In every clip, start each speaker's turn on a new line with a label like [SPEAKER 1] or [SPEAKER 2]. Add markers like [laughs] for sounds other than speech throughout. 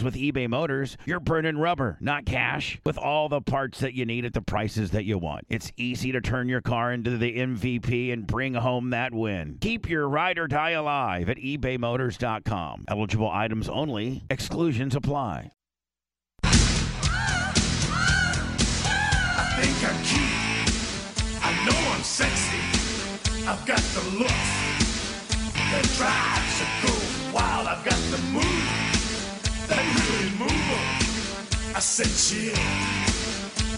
[SPEAKER 1] with eBay Motors, you're burning rubber, not cash. With all the parts that you need at the prices that you want, it's easy to turn your car into the MVP and bring home that win. Keep your ride or die alive at ebaymotors.com. Eligible items only, exclusions apply.
[SPEAKER 2] think I'm cute. I know I'm sexy. I've got the look that drives a girl wild. I've got the move that really moves 'em. I said chill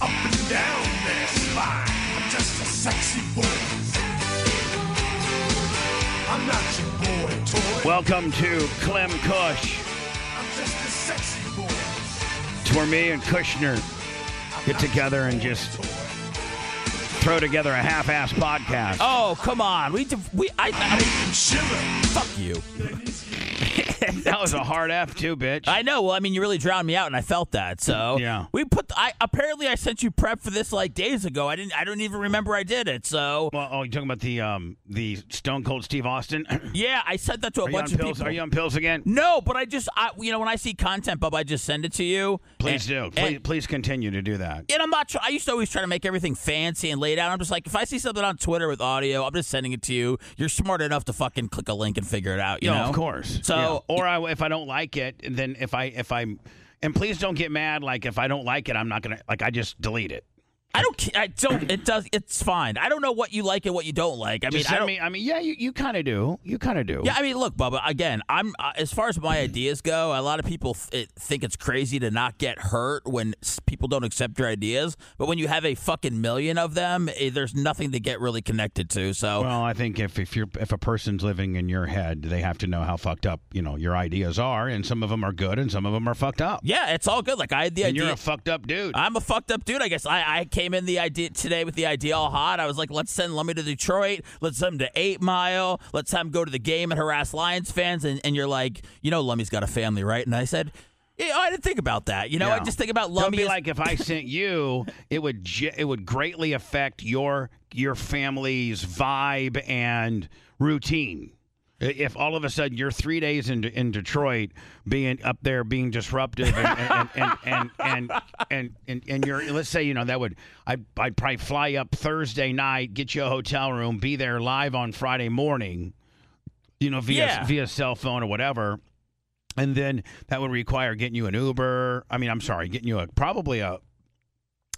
[SPEAKER 2] up and down their spine. I'm just a sexy boy. I'm not your boy toy.
[SPEAKER 1] Welcome to Clem Cush.
[SPEAKER 2] I'm just a sexy boy.
[SPEAKER 1] It's where me and Kushner get together and just throw together a half-ass podcast.
[SPEAKER 3] Oh, come on. We, def- we I, I mean,
[SPEAKER 2] Make 'em shiver.
[SPEAKER 3] fuck you.
[SPEAKER 1] that was a hard F too, bitch.
[SPEAKER 3] I know. Well, I mean, you really drowned me out, and I felt that. So
[SPEAKER 1] Yeah.
[SPEAKER 3] we put. I apparently I sent you prep for this like days ago. I didn't. I don't even remember I did it. So
[SPEAKER 1] well, oh, you're talking about the um the Stone Cold Steve Austin? [clears throat]
[SPEAKER 3] yeah, I sent that to a
[SPEAKER 1] Are you on
[SPEAKER 3] bunch of
[SPEAKER 1] pills?
[SPEAKER 3] people.
[SPEAKER 1] Are you on pills again?
[SPEAKER 3] no, but I just, I, you know, when I see content, Bub, I just send it to you.
[SPEAKER 1] Please do.
[SPEAKER 3] And-
[SPEAKER 1] Please,
[SPEAKER 3] and-
[SPEAKER 1] please continue to do that.
[SPEAKER 3] and I'm not. Try- I used to always try to make everything fancy and laid out. I'm just like, if I see something on Twitter with audio, I'm just sending it to you. You're smart enough to fucking click a link and figure it out. You
[SPEAKER 1] No,
[SPEAKER 3] know,
[SPEAKER 1] of course.
[SPEAKER 3] So-
[SPEAKER 1] Yeah. or I, if I don't like it, then if I if I'm and please don't get mad. Like if I don't like it, I'm not gonna like I just delete it.
[SPEAKER 3] I don't. ca- I don't. It does. It's fine. I don't know what you like and what you don't like. I mean,
[SPEAKER 1] Just
[SPEAKER 3] I
[SPEAKER 1] send
[SPEAKER 3] don't.
[SPEAKER 1] me. I mean, yeah, you, you kind of do. You kind of do.
[SPEAKER 3] Yeah, I mean, look, Bubba. Again, I'm uh, as far as my
[SPEAKER 1] Mm-hmm.
[SPEAKER 3] ideas go. A lot of people th- it- think it's crazy to not get hurt when s- people don't accept your ideas, but when you have a fucking million of them, eh, there's nothing to get really connected to. So,
[SPEAKER 1] Well, I think if if you're if a person's living in your head, they have to know how fucked up you know your ideas are, and some of them are good, and some of them are fucked up.
[SPEAKER 3] yeah, it's all good. Like I had the
[SPEAKER 1] and
[SPEAKER 3] idea.
[SPEAKER 1] you're a fucked up dude.
[SPEAKER 3] I'm a fucked up dude. I guess I, I came in the idea today with the idea all hot. I was like, let's send Lummy to Detroit. Let's send him to Eight Mile. Let's have him go to the game and harass Lions fans. And, and you're like, you know, Lummy's got a family, right? And I said, yeah, oh, I didn't think about that. You know, I
[SPEAKER 1] Yeah.
[SPEAKER 3] just think about Lummy.
[SPEAKER 1] Don't be
[SPEAKER 3] as-
[SPEAKER 1] like if I sent you, it would ge- it would greatly affect your your family's vibe and routine. I- If all of a sudden you're three days in in Detroit, being up there, being disruptive, and and and and and, and, and, and, and you're let's say you know that would I'd, I'd probably fly up Thursday night, get you a hotel room, be there live on Friday morning, you know via
[SPEAKER 3] Yeah.
[SPEAKER 1] via cell phone or whatever. And then that would require getting you an Uber. I mean, I'm sorry, getting you a probably a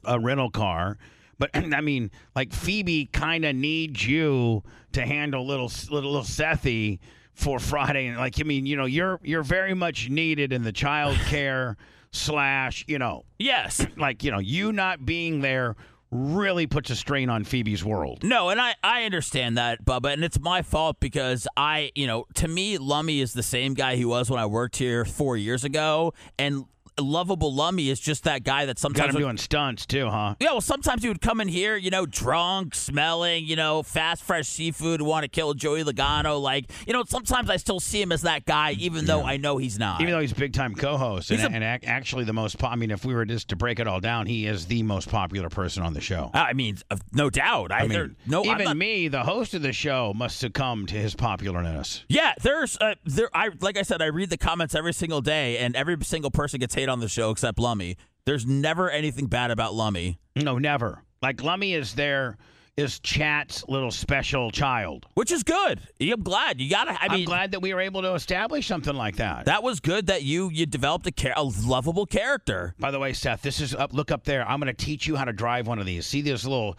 [SPEAKER 1] a rental car. But [clears throat] I mean, like Phoebe kind of needs you to handle little little, little Sethy for Friday, and like I mean, you know, you're you're very much needed in the child care slash, you know,
[SPEAKER 3] Yes.
[SPEAKER 1] like you know, you not being there really puts a strain on Phoebe's world.
[SPEAKER 3] No, and I, I understand that, Bubba, and it's my fault because I, you know, to me, Lummy is the same guy he was when I worked here four years ago, and lovable Lummy is just that guy that
[SPEAKER 1] Got
[SPEAKER 3] sometimes
[SPEAKER 1] him doing stunts too, huh?
[SPEAKER 3] Yeah, well, sometimes he would come in here, you know, drunk, smelling, you know, fast, fresh seafood, want to kill Joey Logano. Like, you know, sometimes I still see him as that guy, even though I know he's not.
[SPEAKER 1] Even though he's big time co-host and,
[SPEAKER 3] He's a-
[SPEAKER 1] and ac- actually the most, po- I mean, if we were just to break it all down, he is the most popular person on the show.
[SPEAKER 3] I mean, uh, no doubt. I,
[SPEAKER 1] I
[SPEAKER 3] there-
[SPEAKER 1] mean,
[SPEAKER 3] no, I'm
[SPEAKER 1] even
[SPEAKER 3] not-
[SPEAKER 1] me, the host of the show, must succumb to his popularness.
[SPEAKER 3] Yeah, there's uh, there. I like I said, I read the comments every single day, and every single person gets hate on the show except Lummy. There's never anything bad about Lummy,
[SPEAKER 1] No, never. Like Lummy is there is chat's little special child.
[SPEAKER 3] which is good. I'm glad you gotta. I
[SPEAKER 1] I
[SPEAKER 3] mean,
[SPEAKER 1] am glad that we were able to establish something like that.
[SPEAKER 3] that was good that you you developed a, char- a lovable character.
[SPEAKER 1] By the way, Seth, this is up. Look up there. I'm going to teach you how to drive one of these. See this little?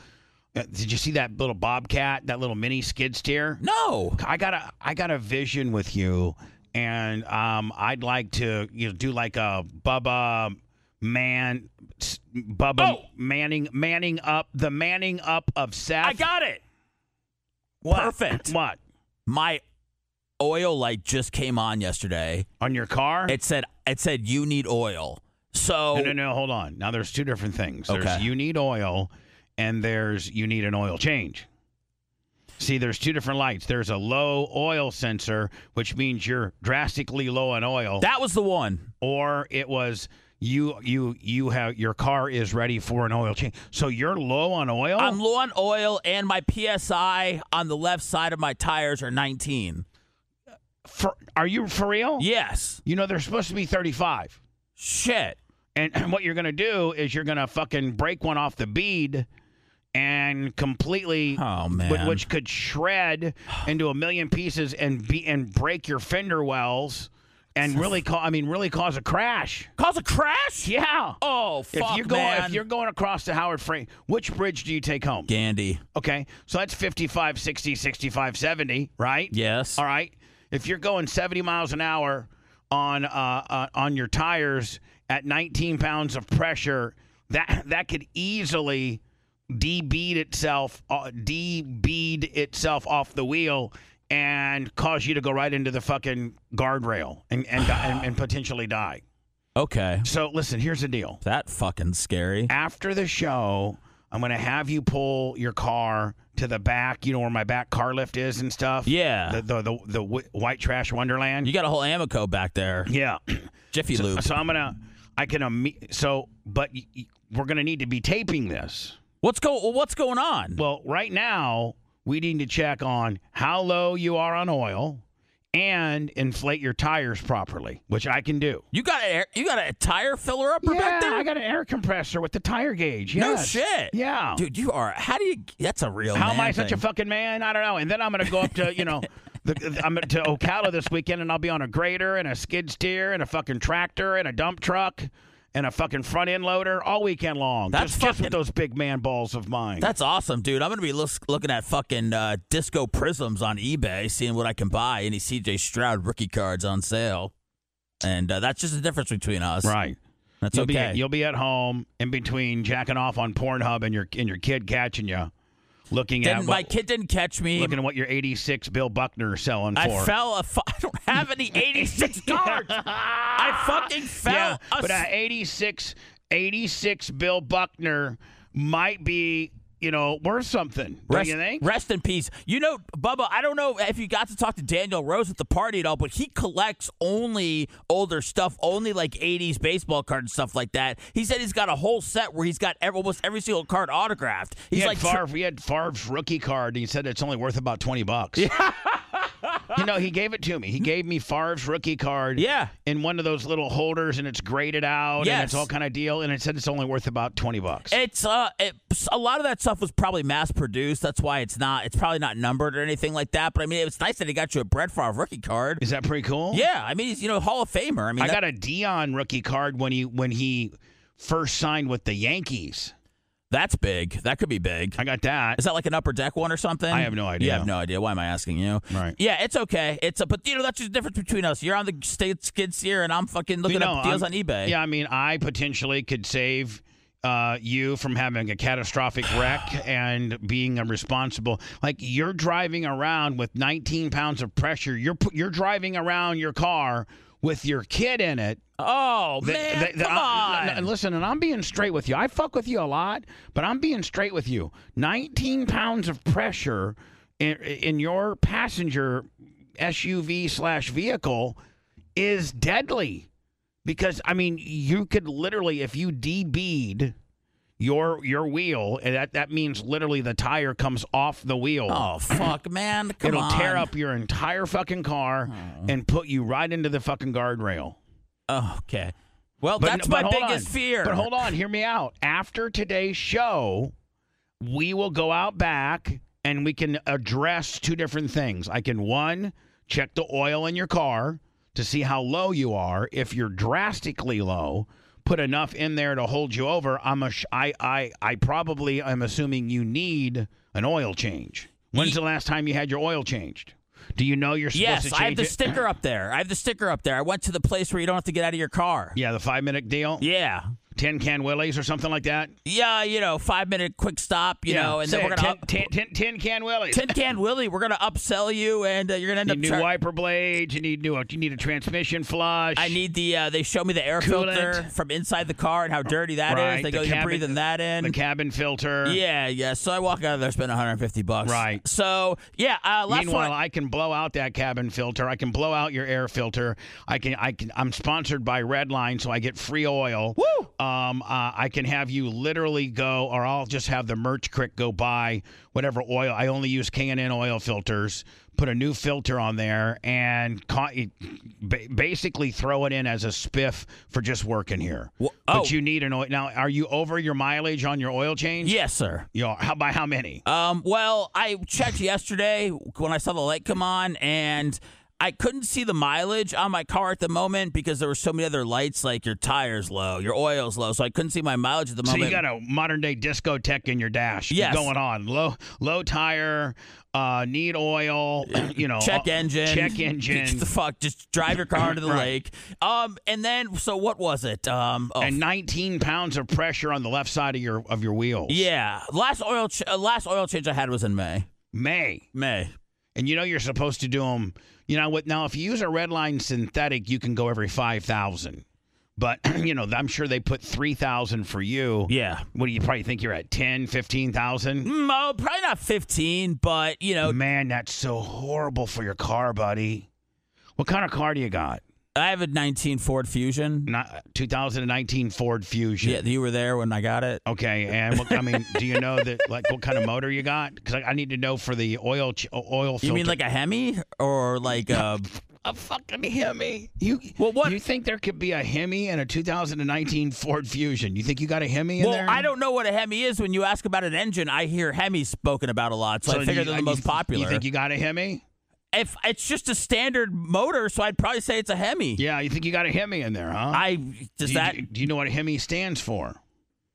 [SPEAKER 1] Uh, did you see that little Bobcat? That little mini skid steer?
[SPEAKER 3] No,
[SPEAKER 1] I got a I got a vision with you, and um, I'd like to you know do like a Bubba Man, s- Bubba
[SPEAKER 3] Oh!
[SPEAKER 1] Manning Manning up the Manning up of Seth.
[SPEAKER 3] I got it.
[SPEAKER 1] What?
[SPEAKER 3] Perfect.
[SPEAKER 1] What?
[SPEAKER 3] my oil light just came on yesterday.
[SPEAKER 1] on your car.
[SPEAKER 3] It said it said you need oil. So
[SPEAKER 1] no, no, no. Hold on. Now there's two different things. There's
[SPEAKER 3] oh. Okay.
[SPEAKER 1] you need oil, and there's you need an oil change. See, there's two different lights. There's a low oil sensor, which means you're drastically low on oil,
[SPEAKER 3] that was the one.
[SPEAKER 1] or it was you you you have your car is ready for an oil change. So you're low on oil.
[SPEAKER 3] I'm low on oil and my PSI on the left side of my tires are 19.
[SPEAKER 1] for, are you for real?
[SPEAKER 3] Yes.
[SPEAKER 1] You know they're supposed to be 35.
[SPEAKER 3] Shit.
[SPEAKER 1] And what you're going to do is you're going to fucking break one off the bead and completely
[SPEAKER 3] Oh
[SPEAKER 1] whi-
[SPEAKER 3] man.
[SPEAKER 1] which could shred into a million pieces and be and break your fender wells and really cause I mean really cause a crash.
[SPEAKER 3] cause a crash?
[SPEAKER 1] Yeah.
[SPEAKER 3] Oh
[SPEAKER 1] if
[SPEAKER 3] fuck,
[SPEAKER 1] you're going
[SPEAKER 3] man.
[SPEAKER 1] if you're going across the Howard Frame, which bridge do you take home?
[SPEAKER 3] Gandhi.
[SPEAKER 1] Okay. So that's 55 60 65 70, right?
[SPEAKER 3] Yes.
[SPEAKER 1] All right. If you're going 70 miles an hour on uh, uh, on your tires at 19 pounds of pressure, that that could easily debead itself, uh, debead itself off the wheel and cause you to go right into the fucking guardrail and and, die, and and potentially die.
[SPEAKER 3] Okay.
[SPEAKER 1] So listen, here's the deal.
[SPEAKER 3] That fucking scary.
[SPEAKER 1] After the show, I'm going to have you pull your car to the back, you know where my back car lift is and stuff.
[SPEAKER 3] Yeah.
[SPEAKER 1] The the the, the wh- white trash wonderland.
[SPEAKER 3] You got a whole Amico back there.
[SPEAKER 1] [clears throat] Yeah. [clears throat]
[SPEAKER 3] Jiffy Lube.
[SPEAKER 1] So I'm gonna, I can, imme- so, but y- y- we're gonna need to be taping this.
[SPEAKER 3] What's go well, what's going on?
[SPEAKER 1] Well, right now we need to check on how low you are on oil and inflate your tires properly, which I can do.
[SPEAKER 3] You got a air- you got a tire filler upper
[SPEAKER 1] yeah,
[SPEAKER 3] back there?
[SPEAKER 1] I got an air compressor with the tire gauge.
[SPEAKER 3] No
[SPEAKER 1] yes.
[SPEAKER 3] shit.
[SPEAKER 1] Yeah.
[SPEAKER 3] Dude, you are how do you that's a real
[SPEAKER 1] How am
[SPEAKER 3] man
[SPEAKER 1] I such a
[SPEAKER 3] thing.
[SPEAKER 1] fucking man? I don't know. And then I'm gonna go up to
[SPEAKER 3] [laughs]
[SPEAKER 1] you know, the, I'm to Ocala this weekend, and I'll be on a grader and a skid steer and a fucking tractor and a dump truck and a fucking front end loader all weekend long.
[SPEAKER 3] That's
[SPEAKER 1] just, just
[SPEAKER 3] fucking-
[SPEAKER 1] with those big man balls of mine.
[SPEAKER 3] That's awesome, dude. I'm going to be lis- looking at fucking uh, disco prisms on eBay, seeing what I can buy. Any CJ Stroud rookie cards on sale. And uh, that's just the difference between us.
[SPEAKER 1] right.
[SPEAKER 3] That's
[SPEAKER 1] You'll be
[SPEAKER 3] okay.
[SPEAKER 1] at, you'll be at home in between jacking off on Pornhub and your and your kid catching you, looking
[SPEAKER 3] Didn't-
[SPEAKER 1] at
[SPEAKER 3] my
[SPEAKER 1] what,
[SPEAKER 3] kid didn't catch me.
[SPEAKER 1] looking at what your '86 Bill Buckner is selling
[SPEAKER 3] I
[SPEAKER 1] for.
[SPEAKER 3] fell a fu- [laughs] I don't
[SPEAKER 1] [laughs]
[SPEAKER 3] have any 86 cards. I fucking fell
[SPEAKER 1] yeah,
[SPEAKER 3] a
[SPEAKER 1] but uh,
[SPEAKER 3] s-
[SPEAKER 1] 86, 86 Bill Buckner might be, you know, worth something. Don't
[SPEAKER 3] Rest,
[SPEAKER 1] you think?
[SPEAKER 3] rest in peace. You know, Bubba, I don't know if you got to talk to Daniel Rose at the party at all, but he collects only older stuff, only like 80s baseball cards and stuff like that. He said he's got a whole set where he's got every, almost every single card autographed.
[SPEAKER 1] He
[SPEAKER 3] He's
[SPEAKER 1] had
[SPEAKER 3] like,
[SPEAKER 1] Favre. He had Favre's rookie card, and he said it's only worth about twenty bucks. Yeah. [laughs] you know, he gave it to me. He gave me Favre's rookie card.
[SPEAKER 3] Yeah.
[SPEAKER 1] In one of those little holders, and it's graded out, and
[SPEAKER 3] Yes.
[SPEAKER 1] it's all kind of deal, and it said it's only worth about twenty bucks.
[SPEAKER 3] It's uh, it, a lot of that stuff was probably mass produced. That's why it's not. It's probably not numbered or anything like that. But I mean, it was nice that he got you a Brett Favre rookie card.
[SPEAKER 1] Is that pretty cool?
[SPEAKER 3] Yeah, I mean, he's you know Hall of Famer. I mean,
[SPEAKER 1] I
[SPEAKER 3] that-
[SPEAKER 1] got a Dion rookie card when he when he first signed with the Yankees.
[SPEAKER 3] that's big. That could be big.
[SPEAKER 1] I got that.
[SPEAKER 3] Is that like an upper deck one or something?
[SPEAKER 1] I have no idea.
[SPEAKER 3] You have no idea. Why am I asking you?
[SPEAKER 1] Right.
[SPEAKER 3] Yeah, it's okay. It's a, but you know that's just the difference between us. You're on the state skids here, and I'm fucking looking
[SPEAKER 1] You know,
[SPEAKER 3] up deals
[SPEAKER 1] I'm-
[SPEAKER 3] on eBay.
[SPEAKER 1] Yeah, I mean, I potentially could save uh, you from having a catastrophic wreck
[SPEAKER 3] [sighs]
[SPEAKER 1] and being a responsible. Like you're driving around with 19 pounds of pressure. You're pu- you're driving around your car with your kid in it.
[SPEAKER 3] Oh
[SPEAKER 1] Th-
[SPEAKER 3] man,
[SPEAKER 1] th- th-
[SPEAKER 3] come
[SPEAKER 1] I-
[SPEAKER 3] on.
[SPEAKER 1] n- n- listen, and I'm being straight with you. I fuck with you a lot, but I'm being straight with you. 19 pounds of pressure in, in your passenger SUV slash vehicle is deadly. Because I mean, you could literally, if you debead your your wheel, and that that means literally the tire comes off the wheel.
[SPEAKER 3] oh fuck, man. Come
[SPEAKER 1] It'll
[SPEAKER 3] on.
[SPEAKER 1] tear up your entire fucking car and put you right into the fucking guardrail.
[SPEAKER 3] Oh, okay. Well,
[SPEAKER 1] But-
[SPEAKER 3] that's
[SPEAKER 1] but
[SPEAKER 3] my
[SPEAKER 1] hold
[SPEAKER 3] biggest
[SPEAKER 1] on.
[SPEAKER 3] fear.
[SPEAKER 1] But hold on, hear me out. After today's show, we will go out back and we can address two different things. I can one, check the oil in your car to see how low you are. If you're drastically low, put enough in there to hold you over. I'm a sh- I I I probably am assuming you need an oil change. When's the last time you had your oil changed? Do you know you're supposed
[SPEAKER 3] Yes,
[SPEAKER 1] to change
[SPEAKER 3] I have the
[SPEAKER 1] it?
[SPEAKER 3] sticker up there. I have the sticker up there. I went to the place where you don't have to get out of your car.
[SPEAKER 1] yeah, the 5 minute deal.
[SPEAKER 3] Yeah.
[SPEAKER 1] Tin Can Willies or something like that?
[SPEAKER 3] Yeah, you know, five minute quick stop, you
[SPEAKER 1] yeah.
[SPEAKER 3] know, and
[SPEAKER 1] Say
[SPEAKER 3] then we're
[SPEAKER 1] it.
[SPEAKER 3] gonna up-
[SPEAKER 1] tin, tin, tin, tin Can Willies.
[SPEAKER 3] tin can Willie. We're gonna upsell you, and uh, you're gonna end
[SPEAKER 1] you
[SPEAKER 3] up.
[SPEAKER 1] need new
[SPEAKER 3] char-
[SPEAKER 1] wiper blades. You need new. You need a transmission flush.
[SPEAKER 3] I need the. Uh, they show me the air
[SPEAKER 1] Coolant.
[SPEAKER 3] filter from inside the car and how dirty that is.
[SPEAKER 1] Right,
[SPEAKER 3] They
[SPEAKER 1] the
[SPEAKER 3] go, you're
[SPEAKER 1] cabin-
[SPEAKER 3] breathing that in.
[SPEAKER 1] the cabin filter.
[SPEAKER 3] yeah, yeah. So I walk out of there, spend 150 bucks.
[SPEAKER 1] Right.
[SPEAKER 3] So yeah, uh, last
[SPEAKER 1] Meanwhile,
[SPEAKER 3] one.
[SPEAKER 1] I can blow out that cabin filter. I can blow out your air filter. I can. I can. I'm sponsored by Redline, so I get free oil.
[SPEAKER 3] Woo!
[SPEAKER 1] Um, uh, I can have you literally go, or I'll just have the merch crick go buy whatever oil. I only use K&N oil filters. Put a new filter on there and ca- ba- basically throw it in as a spiff for just working here.
[SPEAKER 3] Wha- oh.
[SPEAKER 1] But you need an oil. Now, are you over your mileage on your oil change?
[SPEAKER 3] Yes, sir.
[SPEAKER 1] You are. How by how many?
[SPEAKER 3] Um, well, I checked yesterday when I saw the light come on, and I couldn't see the mileage on my car at the moment because there were so many other lights, like your tires low, your oil's low, so I couldn't see my mileage at the
[SPEAKER 1] So
[SPEAKER 3] moment.
[SPEAKER 1] you got a modern day discotheque in your dash
[SPEAKER 3] Yes.
[SPEAKER 1] going on. Low low tire, uh, need oil, you know.
[SPEAKER 3] check
[SPEAKER 1] uh,
[SPEAKER 3] engine, [laughs]
[SPEAKER 1] Check engine.
[SPEAKER 3] Just the fuck, just drive your car into the
[SPEAKER 1] [laughs] Right.
[SPEAKER 3] lake. Um, and then so what was it? Um, oh,
[SPEAKER 1] and 19 pounds of pressure on the left side of your of your wheels.
[SPEAKER 3] yeah, last oil, ch- uh, last oil change I had was in May.
[SPEAKER 1] May.
[SPEAKER 3] May.
[SPEAKER 1] And you know you're supposed to do them. You know what? Now if you use a Redline synthetic, you can go every 5,000. But [clears throat] you know, I'm sure they put 3,000 for you.
[SPEAKER 3] Yeah.
[SPEAKER 1] What do you probably think you're at 10, 15,000?
[SPEAKER 3] Mm, oh, probably not 15, but you know,
[SPEAKER 1] Man, that's so horrible for your car, buddy. What kind of car do you got?
[SPEAKER 3] I have a 19 Ford Fusion.
[SPEAKER 1] not uh, 2019 Ford Fusion.
[SPEAKER 3] Yeah, you were there when I got it.
[SPEAKER 1] Okay, and what, I mean, do you know that like what kind of motor you got? Because I, I need to know for the oil ch- oil filter.
[SPEAKER 3] You mean like a Hemi or like uh, a?
[SPEAKER 1] a fucking Hemi? You
[SPEAKER 3] Well, what-
[SPEAKER 1] You think there could be a Hemi and a 2019 Ford Fusion? You think you got a Hemi in
[SPEAKER 3] well,
[SPEAKER 1] there?
[SPEAKER 3] I don't know what a Hemi is. When you ask about an engine, I hear Hemi spoken about a lot, so, I
[SPEAKER 1] do
[SPEAKER 3] figure
[SPEAKER 1] you- uh,
[SPEAKER 3] they're the
[SPEAKER 1] you-
[SPEAKER 3] most popular.
[SPEAKER 1] You think you got a Hemi?
[SPEAKER 3] if it's just a standard motor, so I'd probably say it's a Hemi.
[SPEAKER 1] Yeah, you think you got a Hemi in there, huh?
[SPEAKER 3] I
[SPEAKER 1] do,
[SPEAKER 3] does
[SPEAKER 1] you,
[SPEAKER 3] that
[SPEAKER 1] do you know what a Hemi stands for?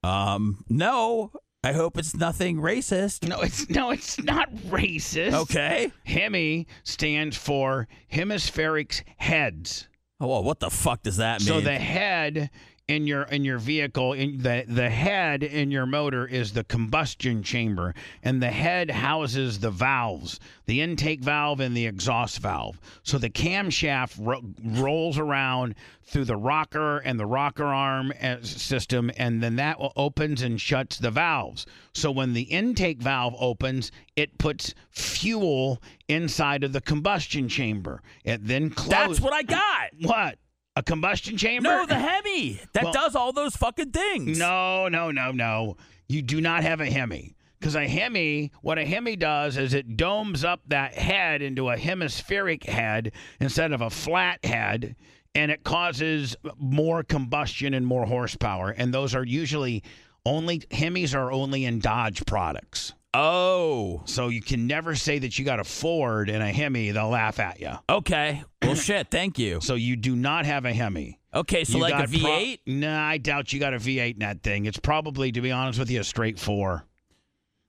[SPEAKER 3] um no. I hope it's nothing racist.
[SPEAKER 1] No, it's no, it's not racist.
[SPEAKER 3] Okay.
[SPEAKER 1] Hemi stands for hemispheric heads.
[SPEAKER 3] Oh, well, what the fuck does that mean?
[SPEAKER 1] So the head in your in your vehicle in the the head in your motor is the combustion chamber and the head houses the valves the intake valve and the exhaust valve so the camshaft ro- rolls around through the rocker and the rocker arm uh, system and then that o- opens and shuts the valves so when the intake valve opens it puts fuel inside of the combustion chamber it then closes
[SPEAKER 3] That's what I got.
[SPEAKER 1] what? A combustion chamber?
[SPEAKER 3] No, the Hemi that
[SPEAKER 1] Well-
[SPEAKER 3] does all those fucking things.
[SPEAKER 1] No, no, no, no. You do not have a Hemi. Because a Hemi, what a Hemi does is it domes up that head into a hemispheric head instead of a flat head, and it causes more combustion and more horsepower. And those are usually only Hemis are only in Dodge products.
[SPEAKER 3] Oh,
[SPEAKER 1] So you can never say that you got a Ford and a Hemi, they'll laugh at you.
[SPEAKER 3] okay.
[SPEAKER 1] [clears throat]
[SPEAKER 3] Well, shit. Thank you.
[SPEAKER 1] So you do not have a Hemi.
[SPEAKER 3] Okay, so
[SPEAKER 1] You
[SPEAKER 3] like a
[SPEAKER 1] got pro-
[SPEAKER 3] V8.
[SPEAKER 1] no, I doubt you got a V8 in that thing. It's probably, to be honest with you, a straight four.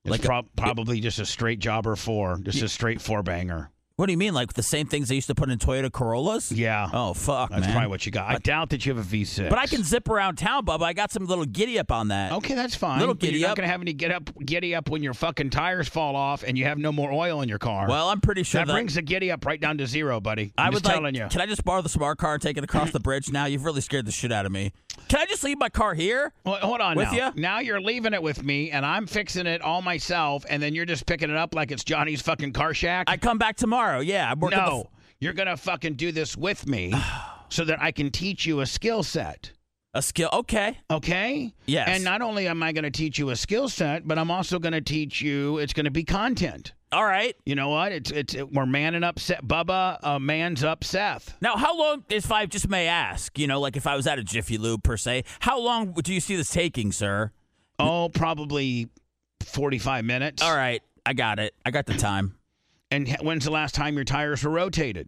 [SPEAKER 1] It's
[SPEAKER 3] Like a-
[SPEAKER 1] prob- probably just a straight jobber four, just a straight four banger.
[SPEAKER 3] What do you mean? Like the same things they used to put in Toyota Corollas?
[SPEAKER 1] Yeah,
[SPEAKER 3] Oh fuck,
[SPEAKER 1] that's
[SPEAKER 3] man.
[SPEAKER 1] probably what you got. I doubt that you have a V6.
[SPEAKER 3] but I can zip around town, Bubba. I got some little giddy up on that.
[SPEAKER 1] Okay, that's fine.
[SPEAKER 3] Little
[SPEAKER 1] But
[SPEAKER 3] giddy
[SPEAKER 1] You're not
[SPEAKER 3] up.
[SPEAKER 1] gonna have any get up, giddy up when your fucking tires fall off and you have no more oil in your car.
[SPEAKER 3] Well, I'm pretty sure
[SPEAKER 1] that
[SPEAKER 3] that,
[SPEAKER 1] brings the giddy up right down to zero, buddy.
[SPEAKER 3] I
[SPEAKER 1] I'm
[SPEAKER 3] was
[SPEAKER 1] just telling you.
[SPEAKER 3] Can I just borrow the smart car and take it across the bridge? Now you've really scared the shit out of me. Can I just leave my car here?
[SPEAKER 1] Well, hold on
[SPEAKER 3] With
[SPEAKER 1] now.
[SPEAKER 3] ya?
[SPEAKER 1] Now you're leaving it with me, and I'm fixing it all myself, and then you're just picking it up like it's Johnny's fucking car shack.
[SPEAKER 3] I come back tomorrow. Yeah, I'm working.
[SPEAKER 1] no, you're gonna fucking do this with
[SPEAKER 3] [sighs]
[SPEAKER 1] me, so that I can teach you a skill set.
[SPEAKER 3] the, a skill. Okay.
[SPEAKER 1] Okay.
[SPEAKER 3] Yes.
[SPEAKER 1] And not only am I going to teach you a skill set, but I'm also going to teach you. It's going to be content.
[SPEAKER 3] All right.
[SPEAKER 1] You know what? It's it's it, we're manning up. Seth, Bubba, uh, man's up. Seth.
[SPEAKER 3] Now, how long, if I just may ask, you know, like if I was at a Jiffy Lube per se, how long do you see this taking, sir?
[SPEAKER 1] Oh, probably forty-five minutes.
[SPEAKER 3] All right, I got it. I got the time.
[SPEAKER 1] And h- when's the last time your tires were rotated?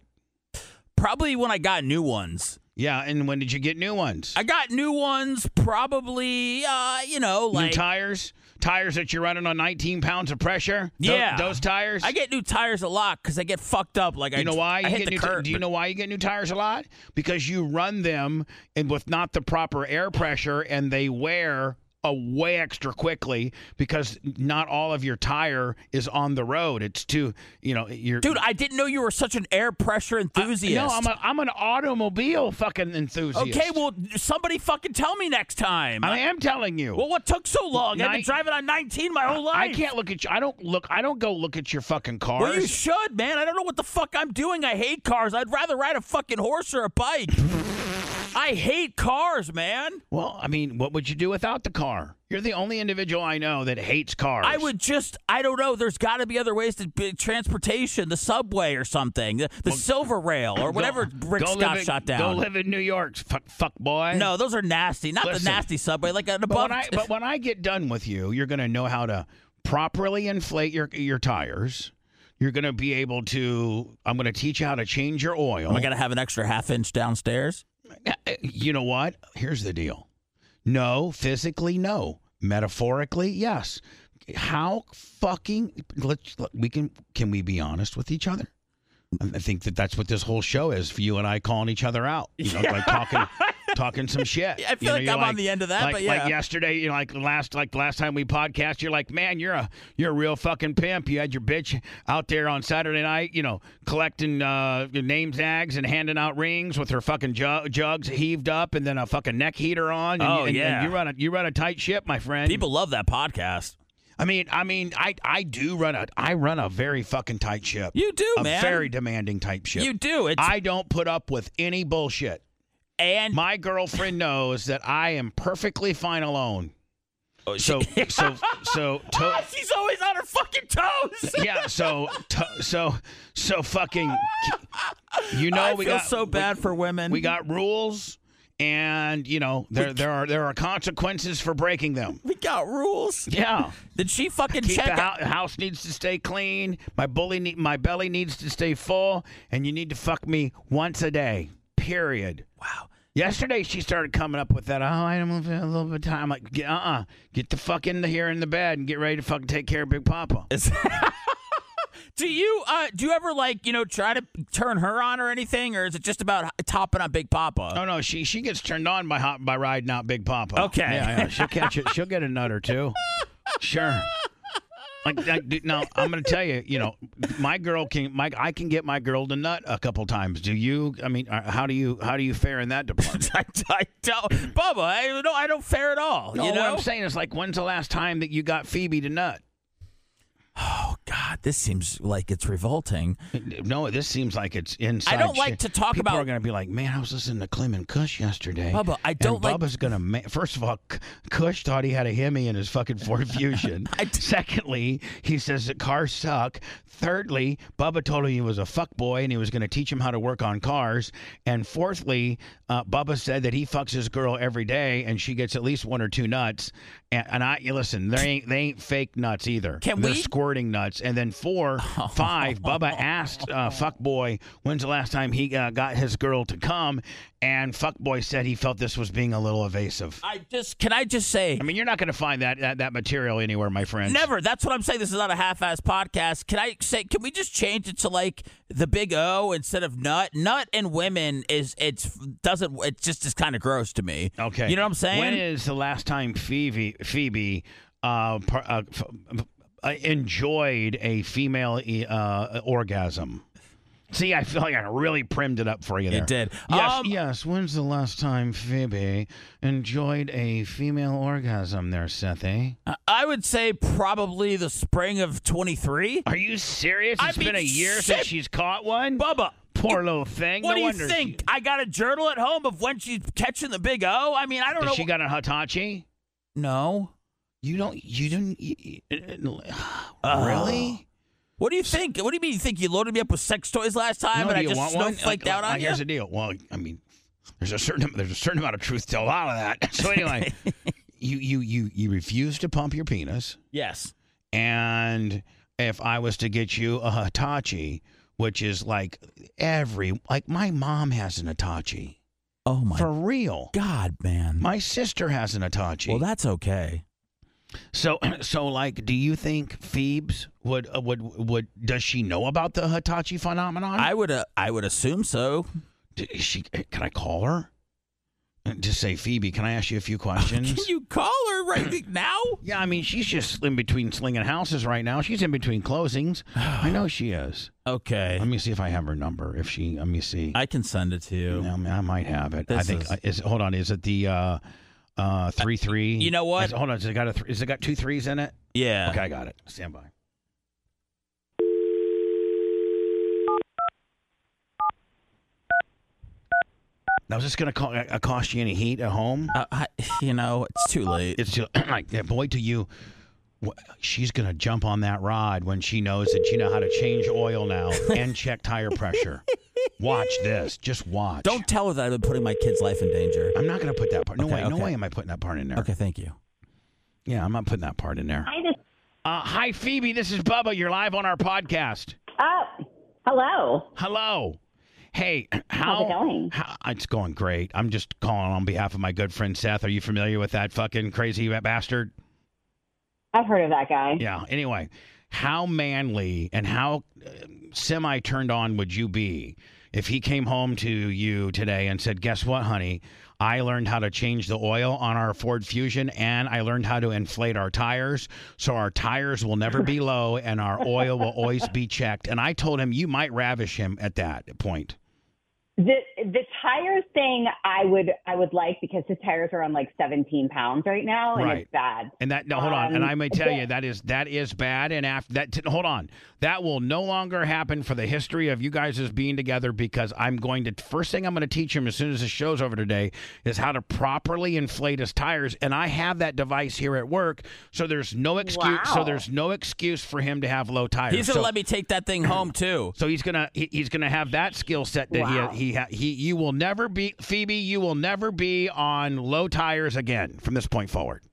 [SPEAKER 3] Probably when I got new ones.
[SPEAKER 1] Yeah, and when did you get new ones?
[SPEAKER 3] I got new ones, probably, uh, you know,
[SPEAKER 1] new
[SPEAKER 3] like
[SPEAKER 1] tires? Tires that you're running on 19 pounds of pressure? Tho-
[SPEAKER 3] Yeah.
[SPEAKER 1] Those tires?
[SPEAKER 3] I get new tires a lot because I get fucked up. Like I,
[SPEAKER 1] You know why you
[SPEAKER 3] I hit
[SPEAKER 1] get
[SPEAKER 3] the
[SPEAKER 1] new ti-
[SPEAKER 3] curb.
[SPEAKER 1] do you know why you get new tires a lot? Because you run them and with not the proper air pressure, and they wear a way extra quickly because not all of your tire is on the road. It's too you know you're
[SPEAKER 3] dude? I didn't know you were such an air pressure enthusiast.
[SPEAKER 1] No, I'm a, I'm an automobile fucking enthusiast.
[SPEAKER 3] okay, well, somebody fucking tell me next time.
[SPEAKER 1] I am telling you.
[SPEAKER 3] well, what took so long? I've been
[SPEAKER 1] Nine-
[SPEAKER 3] driving on 19 my whole life.
[SPEAKER 1] I can't look at you. I don't look. I don't go look at your fucking cars.
[SPEAKER 3] Well, you should, man. I don't know what the fuck I'm doing. I hate cars. I'd rather ride a fucking horse or a bike. I hate cars, man.
[SPEAKER 1] Well, I mean, what would you do without the car? You're the only individual I know that hates cars.
[SPEAKER 3] I would just, I don't know. There's got to be other ways to be, transportation, the subway or something, the, the silver rail or whatever Rick
[SPEAKER 1] go
[SPEAKER 3] Scott
[SPEAKER 1] live in,
[SPEAKER 3] shot down.
[SPEAKER 1] Go live in New York, fuck, fuck boy.
[SPEAKER 3] no, those are nasty. Not
[SPEAKER 1] Listen.
[SPEAKER 3] the nasty subway, like an
[SPEAKER 1] but
[SPEAKER 3] above.
[SPEAKER 1] when I but when I get done with you, you're gonna know how to properly inflate your your tires. You're gonna be able to. I'm gonna teach you how to change your oil.
[SPEAKER 3] Am I gonna have an extra half inch downstairs?
[SPEAKER 1] You know what? Here's the deal. No, physically, no. Metaphorically, yes. How fucking let's let, we can can we be honest with each other? I I think that that's what this whole show is for you and I calling each other out. You know, like talking talking some shit.
[SPEAKER 3] Yeah, [laughs] I
[SPEAKER 1] You
[SPEAKER 3] feel
[SPEAKER 1] know,
[SPEAKER 3] like
[SPEAKER 1] you're
[SPEAKER 3] I'm on the end of that,
[SPEAKER 1] like-
[SPEAKER 3] but
[SPEAKER 1] like
[SPEAKER 3] yeah.
[SPEAKER 1] yesterday, you know, like last like last time we podcast, you're like, man, you're a you're a real fucking pimp. You had your bitch out there on Saturday night, you know, collecting uh, name tags and handing out rings with her fucking ju- jugs heaved up and then a fucking neck heater on. And,
[SPEAKER 3] Oh,
[SPEAKER 1] and- and
[SPEAKER 3] yeah.
[SPEAKER 1] you run a you run a tight ship, my friend.
[SPEAKER 3] People love that podcast.
[SPEAKER 1] I mean, I mean, I I do run a I run a very fucking tight ship.
[SPEAKER 3] You do,
[SPEAKER 1] a
[SPEAKER 3] man.
[SPEAKER 1] very demanding type ship.
[SPEAKER 3] You do. It's
[SPEAKER 1] I don't put up with any bullshit.
[SPEAKER 3] and
[SPEAKER 1] My girlfriend [laughs] knows that I am perfectly fine alone. so, so, so, to-
[SPEAKER 3] Ah, [laughs] she's always on her
[SPEAKER 1] [laughs]
[SPEAKER 3] fucking toes.
[SPEAKER 1] yeah, so, to- so, so fucking, you know,
[SPEAKER 3] I
[SPEAKER 1] we
[SPEAKER 3] feel
[SPEAKER 1] got
[SPEAKER 3] so bad for women.
[SPEAKER 1] We, we got rules, and you know, there there are there are consequences for breaking them.
[SPEAKER 3] we got rules. [laughs]
[SPEAKER 1] Yeah,
[SPEAKER 3] Did she fucking
[SPEAKER 1] keep
[SPEAKER 3] check?
[SPEAKER 1] the
[SPEAKER 3] out?
[SPEAKER 1] hou- house needs to stay clean. My bully, ne- my belly needs to stay full, and you need to fuck me once a day. Period.
[SPEAKER 3] Wow.
[SPEAKER 1] Yesterday she started coming up with that. Oh, I'm feeling a little bit tired. I'm like, uh, uh get the fuck into here in the bed and get ready to fucking take care of Big Papa.
[SPEAKER 3] Is- do you uh do you ever like you know try to turn her on or anything, or is it just about h- topping on Big Papa?
[SPEAKER 1] Oh no, she she gets turned on by hot, by riding out Big Papa.
[SPEAKER 3] Okay.
[SPEAKER 1] yeah, yeah, she'll catch it. She'll get a nut or two. Sure. Like, like dude, now I'm gonna tell you, you know, my girl can my I can get my girl to nut a couple times. Do you? I mean, uh, how do you how do you fare in that department?
[SPEAKER 3] [laughs] I, I don't, Bubba. I don't. I don't fare at all.
[SPEAKER 1] No,
[SPEAKER 3] you know.
[SPEAKER 1] what I'm saying is like, when's the last time that you got Phoebe to nut?
[SPEAKER 3] Oh God, this seems like it's revolting.
[SPEAKER 1] No, this seems like it's inside.
[SPEAKER 3] I don't like
[SPEAKER 1] shit.
[SPEAKER 3] to talk
[SPEAKER 1] People
[SPEAKER 3] about-
[SPEAKER 1] are going to be like, man, I was listening to Clem and Cush yesterday.
[SPEAKER 3] Bubba, I don't
[SPEAKER 1] and
[SPEAKER 3] like-
[SPEAKER 1] Bubba's going to. Ma- First of all, C- Cush thought he had a Hemi in his fucking
[SPEAKER 3] [laughs]
[SPEAKER 1] Ford Fusion. Secondly, he says that cars suck. Thirdly, Bubba told him he was a fuck boy and he was going to teach him how to work on cars. And fourthly, uh, Bubba said that he fucks his girl every day and she gets at least one or two nuts. And, and I you listen, they ain't they ain't fake nuts either.
[SPEAKER 3] Can
[SPEAKER 1] They're
[SPEAKER 3] we-
[SPEAKER 1] squirting nuts. And then
[SPEAKER 3] [laughs]
[SPEAKER 1] four, five, Bubba asked uh, Fuckboy when's the last time he uh, got his girl to come, and Fuckboy said he felt this was being a little evasive.
[SPEAKER 3] I just can I just say.
[SPEAKER 1] I mean, you're not going to find that, that that material anywhere, my friend.
[SPEAKER 3] Never. That's what I'm saying. This is not a half-ass podcast. Can I say? Can we just change it to like the big O instead of nut? Nut and women is it's doesn't. It just is kind of gross to me.
[SPEAKER 1] Okay.
[SPEAKER 3] You know what I'm saying?
[SPEAKER 1] When is the last time Phoebe Phoebe uh, par, uh, f- uh, enjoyed a female uh, orgasm? See, I feel like I really primmed it up for you there.
[SPEAKER 3] It did.
[SPEAKER 1] Yes,
[SPEAKER 3] Um,
[SPEAKER 1] yes. When's the last time Phoebe enjoyed a female orgasm there, eh? Sethy?
[SPEAKER 3] I- I would say probably the spring of 23.
[SPEAKER 1] Are you serious?
[SPEAKER 3] I
[SPEAKER 1] It's been
[SPEAKER 3] mean,
[SPEAKER 1] a year
[SPEAKER 3] shit.
[SPEAKER 1] since she's caught one?
[SPEAKER 3] Bubba,
[SPEAKER 1] Poor little thing.
[SPEAKER 3] what
[SPEAKER 1] No
[SPEAKER 3] do
[SPEAKER 1] wonder
[SPEAKER 3] you
[SPEAKER 1] she-
[SPEAKER 3] think? I got a journal at home of when she's catching the big O. I mean, I don't
[SPEAKER 1] Has
[SPEAKER 3] know.
[SPEAKER 1] she got a Hitachi?
[SPEAKER 3] no.
[SPEAKER 1] You don't, you didn't, you- you-
[SPEAKER 3] Oh.
[SPEAKER 1] really?
[SPEAKER 3] What do you think? What do you mean? You think you loaded me up with sex toys last time
[SPEAKER 1] No, do
[SPEAKER 3] and I
[SPEAKER 1] you
[SPEAKER 3] just
[SPEAKER 1] want one?
[SPEAKER 3] snowflaked out on you?
[SPEAKER 1] Here's the deal. Well, I mean, there's a certain there's a certain amount of truth to a lot of that. [laughs] So
[SPEAKER 3] [laughs]
[SPEAKER 1] anyway, you you you you refuse to pump your penis,
[SPEAKER 3] yes.
[SPEAKER 1] and if I was to get you a Hitachi, which is like every like my mom has an Hitachi.
[SPEAKER 3] Oh my
[SPEAKER 1] For real.
[SPEAKER 3] God, man.
[SPEAKER 1] My sister has an Hitachi.
[SPEAKER 3] well, that's okay.
[SPEAKER 1] so [clears throat] so like do you think Phoebes would uh, would would does she know about the Hitachi phenomenon?
[SPEAKER 3] I would uh, I would assume so.
[SPEAKER 1] D- is she can I call her? And Just say Phoebe, can I ask you a few
[SPEAKER 3] Can
[SPEAKER 1] questions?
[SPEAKER 3] [laughs] you call her right now?
[SPEAKER 1] yeah, I mean she's just in between slinging houses right now. She's in between
[SPEAKER 3] [sighs]
[SPEAKER 1] closings. I know she is.
[SPEAKER 3] Okay.
[SPEAKER 1] Let me see if I have her number. If she, let me see.
[SPEAKER 3] I can send it to you.
[SPEAKER 1] No, I, mean, I might have it. I
[SPEAKER 3] This
[SPEAKER 1] think
[SPEAKER 3] is-
[SPEAKER 1] uh, is, hold on. Is it the uh, uh, three three?
[SPEAKER 3] you know what? Uh.
[SPEAKER 1] Is- hold on. Has it got a? Th- is it got two threes in it?
[SPEAKER 3] Yeah.
[SPEAKER 1] Okay, I got it. Stand by. Now is this going to co- uh, cost you any heat at home?
[SPEAKER 3] Uh, I, you know, it's too late.
[SPEAKER 1] It's just [clears throat] like yeah, boy, do you. wh- She's gonna jump on that rod when she knows that you know how to change oil
[SPEAKER 3] [laughs]
[SPEAKER 1] now and check tire pressure. Watch this. Just watch.
[SPEAKER 3] Don't tell her that I've been putting my kid's life in danger.
[SPEAKER 1] I'm not gonna put that part. No
[SPEAKER 3] Okay,
[SPEAKER 1] way. No
[SPEAKER 3] okay.
[SPEAKER 1] way am I putting that part in there.
[SPEAKER 3] Okay, thank you.
[SPEAKER 1] Yeah, I'm not putting that part in there.
[SPEAKER 4] Hi, this
[SPEAKER 1] Uh, hi, Phoebe. This is Bubba. You're live on our podcast.
[SPEAKER 4] oh, hello.
[SPEAKER 1] Hello. Hey, [clears throat] how,
[SPEAKER 4] How's it going?
[SPEAKER 1] how- it's going great. I'm just calling on behalf of my good friend Seth. Are you familiar with that fucking crazy bastard?
[SPEAKER 4] I've heard of that guy.
[SPEAKER 1] Yeah. Anyway, how manly and how semi turned on would you be if he came home to you today and said, "Guess what, honey? I learned how to change the oil on our Ford Fusion, and I learned how to inflate our tires, so our tires will never be low, and our oil will always be checked." And I told him you might ravish him at that point.
[SPEAKER 4] The the tire thing I would I would like because his tires are on like 17 pounds right now and
[SPEAKER 1] Right.
[SPEAKER 4] it's bad.
[SPEAKER 1] And that no, hold on. And
[SPEAKER 4] Um,
[SPEAKER 1] I may tell
[SPEAKER 4] yeah.
[SPEAKER 1] you that is that is bad. And after that, t- hold on, that will no longer happen for the history of you guys as being together because I'm going to first thing I'm going to teach him as soon as the show's over today is how to properly inflate his tires. And I have that device here at work, so there's no excuse. So
[SPEAKER 4] Wow.
[SPEAKER 1] there's no excuse for him to have low tires.
[SPEAKER 3] He's gonna
[SPEAKER 1] so,
[SPEAKER 3] let me take that thing home too.
[SPEAKER 1] so he's gonna he, he's gonna have that skill set that
[SPEAKER 4] Wow.
[SPEAKER 1] he he ha- he you will never be Phoebe. You will never be on low tires again from this point forward.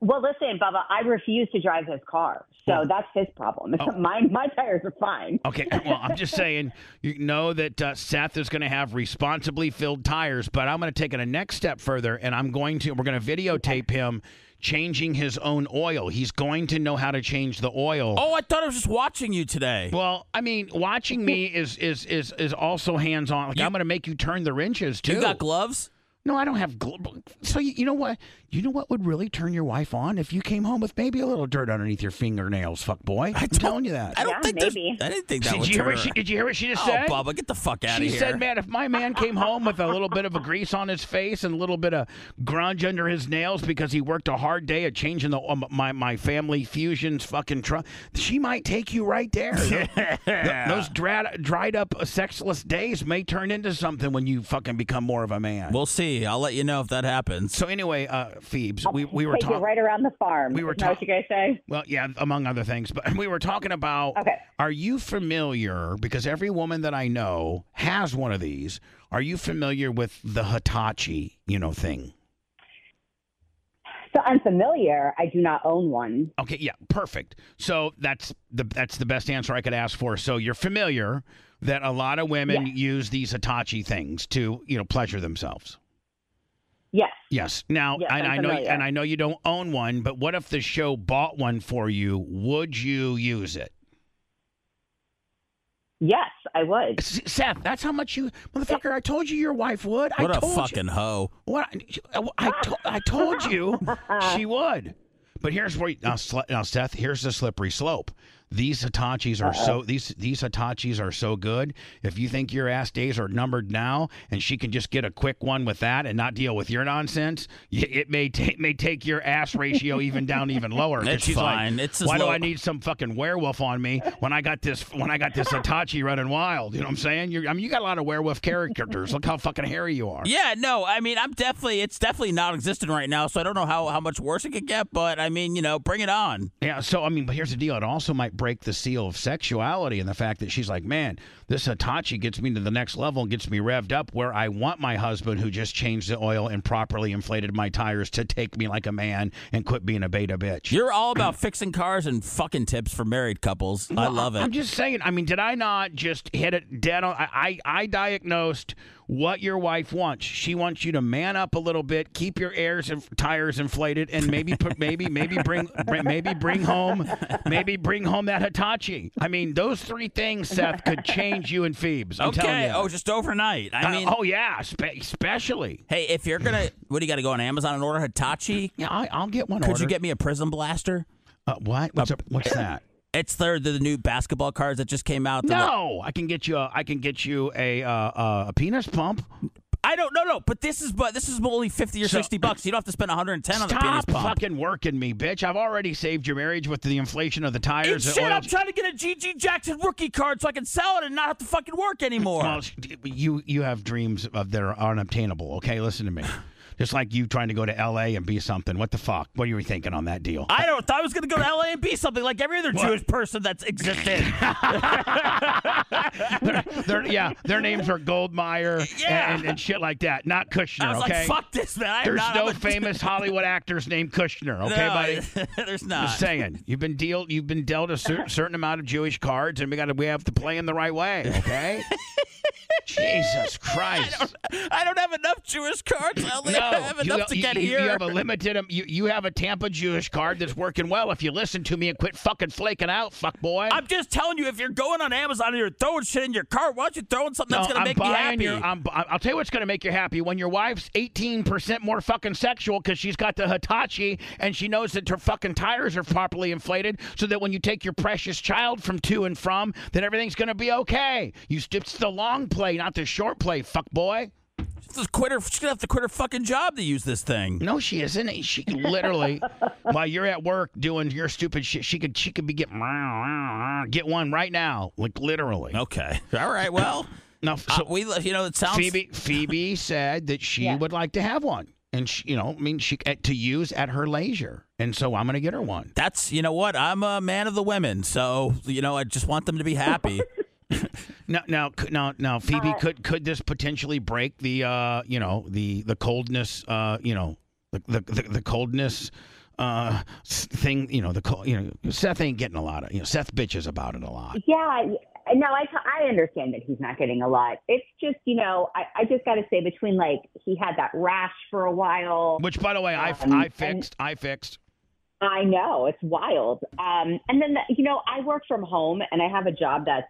[SPEAKER 4] Well, listen, Bubba, I refuse to drive his car, so that's his problem.
[SPEAKER 1] oh.
[SPEAKER 4] [laughs] my my tires are fine.
[SPEAKER 1] Okay, [laughs] well, I'm just saying, you know that uh, Seth is going to have responsibly filled tires, but I'm going to take it a next step further, and I'm going to we're going to videotape him changing his own oil. He's going to know how to change the oil.
[SPEAKER 3] Oh, I thought I was just watching you today.
[SPEAKER 1] Well, I mean, watching me is is is is also hands on. Like
[SPEAKER 3] You-
[SPEAKER 1] I'm going to make you turn the wrenches too.
[SPEAKER 3] you got gloves?
[SPEAKER 1] no, I don't have. Gl- so you, you know what? You know what would really turn your wife on if you came home with maybe a little dirt underneath your fingernails, fuck boy. I'm telling you that.
[SPEAKER 3] I don't
[SPEAKER 4] Yeah,
[SPEAKER 3] think there's-
[SPEAKER 4] maybe.
[SPEAKER 3] I didn't think that
[SPEAKER 1] Did
[SPEAKER 3] was
[SPEAKER 1] you hear
[SPEAKER 3] her.
[SPEAKER 1] what she? Did you hear what she just
[SPEAKER 3] oh,
[SPEAKER 1] said?
[SPEAKER 3] Bubba, get the fuck out
[SPEAKER 1] She
[SPEAKER 3] of here.
[SPEAKER 1] said, "Man, if my man came home with a little bit of a grease on his face and a little bit of grunge under his nails because he worked a hard day at changing the um, my my family fusions fucking truck, she might take you right
[SPEAKER 3] [laughs]
[SPEAKER 1] there. Th- Those dried dried up uh, sexless days may turn into something when you fucking become more of a man.
[SPEAKER 3] We'll see. I'll let you know if that happens.
[SPEAKER 1] so anyway, uh, Phoebes, we we were
[SPEAKER 4] Take
[SPEAKER 1] talking.
[SPEAKER 4] it right around the farm.
[SPEAKER 1] we were
[SPEAKER 4] Isn't that
[SPEAKER 1] talk-
[SPEAKER 4] what you guys say?
[SPEAKER 1] Well, yeah, among other things, but [laughs] we were talking about.
[SPEAKER 4] Okay.
[SPEAKER 1] Are you familiar? Because every woman that I know has one of these. Are you familiar with the Hitachi, you know, thing?
[SPEAKER 4] So I'm familiar. I do not own one.
[SPEAKER 1] Okay, yeah, perfect. So that's the that's the best answer I could ask for. So you're familiar that a lot of women use these Hitachi things to you know pleasure themselves.
[SPEAKER 4] Yes.
[SPEAKER 1] Yes. Now,
[SPEAKER 4] Yes,
[SPEAKER 1] and
[SPEAKER 4] I'm
[SPEAKER 1] I know,
[SPEAKER 4] familiar.
[SPEAKER 1] and I know you don't own one, but what if the show bought one for you? Would you use it?
[SPEAKER 4] Yes, I would.
[SPEAKER 1] S- Seth, that's how much you, motherfucker. I told you your wife would.
[SPEAKER 3] What
[SPEAKER 1] I
[SPEAKER 3] a
[SPEAKER 1] told
[SPEAKER 3] fucking hoe.
[SPEAKER 1] You, what I, I, to- I told you she would. But here's where you- now, sl- now, Seth. Here's the slippery slope. These Hitachis are so these these Hitachis are so good. If you think your ass days are numbered now, and she can just get a quick one with that and not deal with your nonsense, y- it may ta- may take your ass ratio even down even lower. 'Cause
[SPEAKER 3] It's
[SPEAKER 1] she's like,
[SPEAKER 3] fine. It's as
[SPEAKER 1] why do
[SPEAKER 3] low-
[SPEAKER 1] I need some fucking werewolf on me when I got this when I got this Hitachi running wild? You know what I'm saying? You're, I mean, you got a lot of werewolf characters. Look how fucking hairy you are.
[SPEAKER 3] Yeah, no, I mean, I'm definitely, it's definitely non existent right now, so I don't know how, how much worse it could get, but I mean, you know, bring it on.
[SPEAKER 1] Yeah, so I mean, but here's the deal. It also might break the seal of sexuality and the fact that she's like, man, this Hitachi gets me to the next level and gets me revved up where I want my husband who just changed the oil and properly inflated my tires to take me like a man and quit being a beta bitch.
[SPEAKER 3] You're all about fixing cars and fucking tips for married couples. I
[SPEAKER 1] Well,
[SPEAKER 3] love it.
[SPEAKER 1] I'm just saying. I mean, did I not just hit it dead on? I I, I diagnosed what your wife wants. She wants you to man up a little bit, keep your airs and tires inflated, and maybe put, maybe maybe bring br- maybe bring home maybe bring home that Hitachi. I mean, those three things, Seth, could change you and Phoebe's. I'm telling
[SPEAKER 3] okay.
[SPEAKER 1] you.
[SPEAKER 3] Oh, just overnight. I
[SPEAKER 1] Uh,
[SPEAKER 3] mean,
[SPEAKER 1] oh yeah, spe- especially.
[SPEAKER 3] hey, if you're gonna, what do you got to go on Amazon and order Hitachi?
[SPEAKER 1] Yeah, I, I'll get one.
[SPEAKER 3] Could
[SPEAKER 1] order.
[SPEAKER 3] you get me a Prism Blaster?
[SPEAKER 1] uh, what? What's, a- what's that?
[SPEAKER 3] It's their [coughs] the, the new basketball cards that just came out. They're like-
[SPEAKER 1] No, I can get you. A, I can get you a uh, uh, a penis pump.
[SPEAKER 3] I don't. No, no. But this is but this is only fifty or
[SPEAKER 1] So-
[SPEAKER 3] sixty bucks. You don't have to spend one hundred and ten on the penis
[SPEAKER 1] Stop
[SPEAKER 3] pump.
[SPEAKER 1] fucking working me, bitch! I've already saved your marriage with the inflation of the
[SPEAKER 3] And
[SPEAKER 1] tires. and
[SPEAKER 3] shit,
[SPEAKER 1] oil-
[SPEAKER 3] I'm trying to get a GG Jackson rookie card so I can sell it and not have to fucking work anymore.
[SPEAKER 1] Well, sh- you you have dreams of that are unobtainable. Okay, listen to me. Just like you trying to go to L.A. and be something. What the fuck? What are you thinking on that deal?
[SPEAKER 3] I don't. I was gonna go to LA and be something like every other Jewish person
[SPEAKER 1] [laughs]
[SPEAKER 3] that's existed.
[SPEAKER 1] Their- yeah, their names are Goldmeyer
[SPEAKER 3] Yeah.
[SPEAKER 1] and, and, shit like that. Not Kushner.
[SPEAKER 3] I was
[SPEAKER 1] okay.
[SPEAKER 3] like, fuck this, man. I'm
[SPEAKER 1] There's
[SPEAKER 3] not,
[SPEAKER 1] no
[SPEAKER 3] I'm a- [laughs]
[SPEAKER 1] famous Hollywood actors named Kushner. Okay,
[SPEAKER 3] No,
[SPEAKER 1] buddy.
[SPEAKER 3] [laughs] there's not.
[SPEAKER 1] Just saying, you've been deal, you've been dealt a cer- certain amount of Jewish cards, and we got to we have to play them the right way.
[SPEAKER 3] [laughs]
[SPEAKER 1] Okay. Jesus Christ!
[SPEAKER 3] I don't have enough Jewish cards. I only have
[SPEAKER 1] you,
[SPEAKER 3] enough to
[SPEAKER 1] you-
[SPEAKER 3] get
[SPEAKER 1] you-
[SPEAKER 3] here.
[SPEAKER 1] You have a limited. um, You you have a Tampa Jewish card that's working well. If you listen to me and quit fucking flaking out, fuck boy.
[SPEAKER 3] I'm just telling you, if you're going on Amazon and you're throwing shit in your cart, why don't you throw in something that's
[SPEAKER 1] No,
[SPEAKER 3] gonna
[SPEAKER 1] I'm
[SPEAKER 3] make me
[SPEAKER 1] buying
[SPEAKER 3] happy?
[SPEAKER 1] Your, I'm, bu- I'll tell you what's going to make you happy when your wife's 18% more fucking sexual because she's got the Hitachi and she knows that her fucking tires are properly inflated so that when you take your precious child from to and from, that everything's going to be okay. You, st- it's the long play, not the short play, fuck boy.
[SPEAKER 3] Just quit her. She's gonna have to quit her fucking job to use this thing.
[SPEAKER 1] No, she isn't. She could
[SPEAKER 3] [laughs]
[SPEAKER 1] literally, while you're at work doing your stupid shit, she could she could be getting get one right now, like literally.
[SPEAKER 3] Okay. All right. Well,
[SPEAKER 1] No,
[SPEAKER 3] uh,
[SPEAKER 1] [coughs] so
[SPEAKER 3] we you know it sounds.
[SPEAKER 1] Phoebe Phoebe said that she
[SPEAKER 4] Yeah.
[SPEAKER 1] would like to have one, and she, you know, I mean, she at, to use at her leisure, and so I'm gonna get her one.
[SPEAKER 3] That's you know what I'm a man of the women, so you know I just want them to
[SPEAKER 1] [laughs]
[SPEAKER 3] be happy.
[SPEAKER 1] Now, now, c- now, now,
[SPEAKER 4] Uh,
[SPEAKER 1] Phoebe, could could this potentially break the, uh, you know, the the coldness, uh, you know, the the the, the coldness. Uh, s- thing you know the co- you know Seth ain't getting a lot of you know Seth bitches about it a lot.
[SPEAKER 4] Yeah. y- No, I, I understand that he's not getting a lot. It's just, you know, I, I just got to say between like he had that rash for a while.
[SPEAKER 1] Which, by the way, I,
[SPEAKER 4] Um,
[SPEAKER 1] I
[SPEAKER 4] and-
[SPEAKER 1] fixed. I fixed.
[SPEAKER 4] I know it's wild. Um, and then, the, you know, I work from home and I have a job that's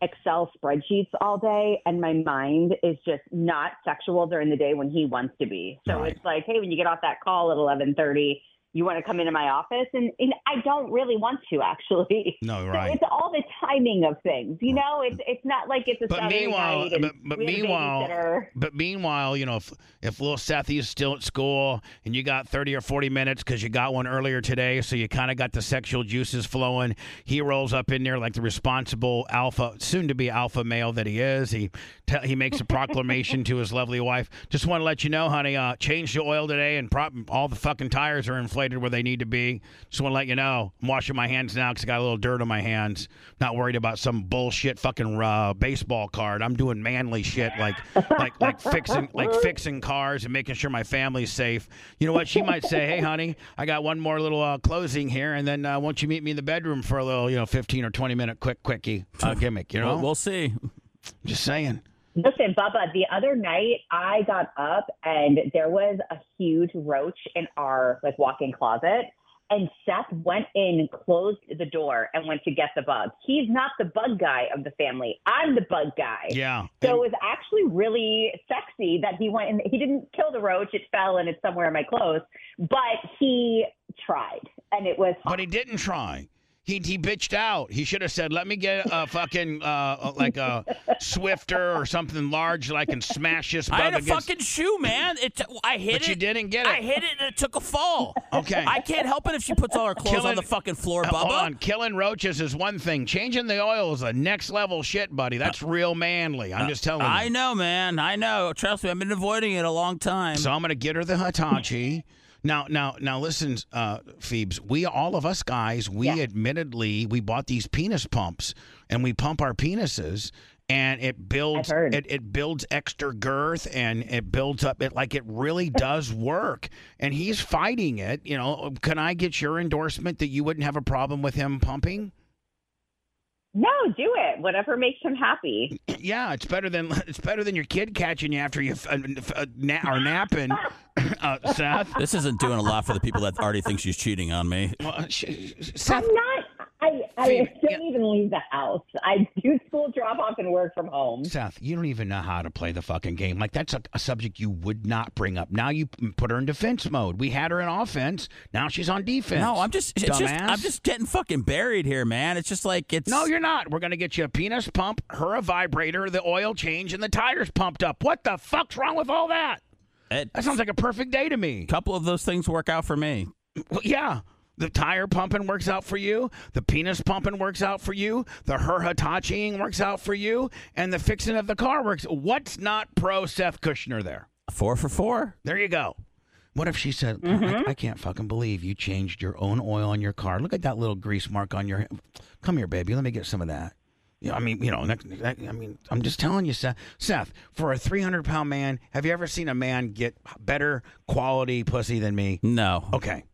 [SPEAKER 4] Excel spreadsheets all day, and my mind is just not sexual during the day when he wants to be. So
[SPEAKER 1] Right.
[SPEAKER 4] it's like, hey, when you get off that call at eleven thirty, you want to come into my office, and, and I don't really want to actually.
[SPEAKER 1] No,
[SPEAKER 4] So
[SPEAKER 1] right.
[SPEAKER 4] it's all the timing of things, you know. It's it's not like it's a
[SPEAKER 1] But
[SPEAKER 4] Saturday
[SPEAKER 1] meanwhile-
[SPEAKER 4] night and
[SPEAKER 1] but- but
[SPEAKER 4] we have a
[SPEAKER 1] meanwhile-
[SPEAKER 4] babysitter.
[SPEAKER 1] But meanwhile, you know, if if little Sethy is still at school and you got thirty or forty minutes because you got one earlier today, so you kind of got the sexual juices flowing. He rolls up in there like the responsible alpha, soon to be alpha male that he is. He te- he makes a proclamation to his lovely wife. Just want to let you know, honey, uh, changed the oil today, and prop- all the fucking tires are inflated where they need to be. Just want to let you know, I'm washing my hands now because I got a little dirt on my hands. Not worried about some bullshit fucking uh, baseball card. I'm doing manly shit like like like fixing like fixing cars and making sure my family's safe. You know what? She might say, "Hey, honey, I got one more little uh, closing here, and then uh, won't you meet me in the bedroom for a little, you know, 15 or 20 minute quick quickie uh, gimmick?" You know,
[SPEAKER 3] We'll, we'll see.
[SPEAKER 1] just saying.
[SPEAKER 4] Listen, Bubba, the other night I got up and there was a huge roach in our like walk-in closet. And Seth went in, closed the door, and went to get the bug. He's not the bug guy of the family. I'm the bug guy.
[SPEAKER 1] Yeah.
[SPEAKER 4] So it was actually really sexy that he went and he didn't kill the roach. It fell and it's somewhere in my clothes, but he tried and it was
[SPEAKER 1] But he didn't try. He, he bitched out. He should have said, "Let me get a fucking uh, like a Swifter or something large that I can smash this bug
[SPEAKER 3] I had a
[SPEAKER 1] against."
[SPEAKER 3] fucking shoe, man. It I hit
[SPEAKER 1] but
[SPEAKER 3] it.
[SPEAKER 1] you didn't get it.
[SPEAKER 3] I hit it and it took a fall.
[SPEAKER 1] [laughs] Okay.
[SPEAKER 3] I can't help it if she puts all her clothes
[SPEAKER 1] Killing-
[SPEAKER 3] on the fucking floor,
[SPEAKER 1] Hold
[SPEAKER 3] Bubba.
[SPEAKER 1] on, killing roaches is one thing. Changing the oil is the next level shit, buddy. That's real manly. I'm just telling you.
[SPEAKER 3] I know, man. I know. Trust me, I've been avoiding it a long time.
[SPEAKER 1] So I'm gonna get her the Hitachi. Now, now, now, listen, uh, Phoebes. We all of us guys, we
[SPEAKER 4] Yeah.
[SPEAKER 1] admittedly, we bought these penis pumps, and we pump our penises, and it builds,
[SPEAKER 4] I've heard.
[SPEAKER 1] it, it builds extra girth, and it builds up. It like it really does work. And he's fighting it. You know, can I get your endorsement that you wouldn't have a problem with him pumping?
[SPEAKER 4] No, do it. Whatever makes him happy.
[SPEAKER 1] Yeah, it's better than [laughs] it's better than your kid catching you after you f- uh, f- uh, na- are napping, [laughs] uh, Seth.
[SPEAKER 3] This isn't doing a lot for the people that already think she's cheating on me.
[SPEAKER 1] Well, sh- sh-
[SPEAKER 4] I'm
[SPEAKER 1] Seth,
[SPEAKER 4] not. I I
[SPEAKER 1] Phoebe,
[SPEAKER 4] don't even leave the house. I do school drop off and work from home.
[SPEAKER 1] Seth, you don't even know how to play the fucking game. Like that's a, a subject you would not bring up. Now you p- put her in defense mode. We had her in offense. Now she's on defense.
[SPEAKER 3] No, I'm just, it's just
[SPEAKER 1] Dumbass.
[SPEAKER 3] I'm just getting fucking buried here, man. It's just like it's
[SPEAKER 1] No, you're not. We're gonna get you a penis pump, her a vibrator, the oil change, and the tires pumped up. What the fuck's wrong with all that?
[SPEAKER 3] a
[SPEAKER 1] That sounds like a perfect day to me.
[SPEAKER 3] couple of those things work out for me.
[SPEAKER 1] Well, yeah. The tire pumping works out for you. The penis pumping works out for you. The her Hitachiing works out for you. And the fixing of the car works. What's not pro Seth Kushner there?
[SPEAKER 3] Four for four.
[SPEAKER 1] There you go. What if she said, "I-
[SPEAKER 3] Mm-hmm.
[SPEAKER 1] I, can't fucking believe you changed your own oil on your car. Look at that little grease mark on your. Come here, baby. Let me get some of that. You know, I mean, you know, that, that- I mean, I'm just telling you, Seth. Seth, for a 300 pound man, have you ever seen a man get better quality pussy than me?
[SPEAKER 3] No.
[SPEAKER 1] Okay.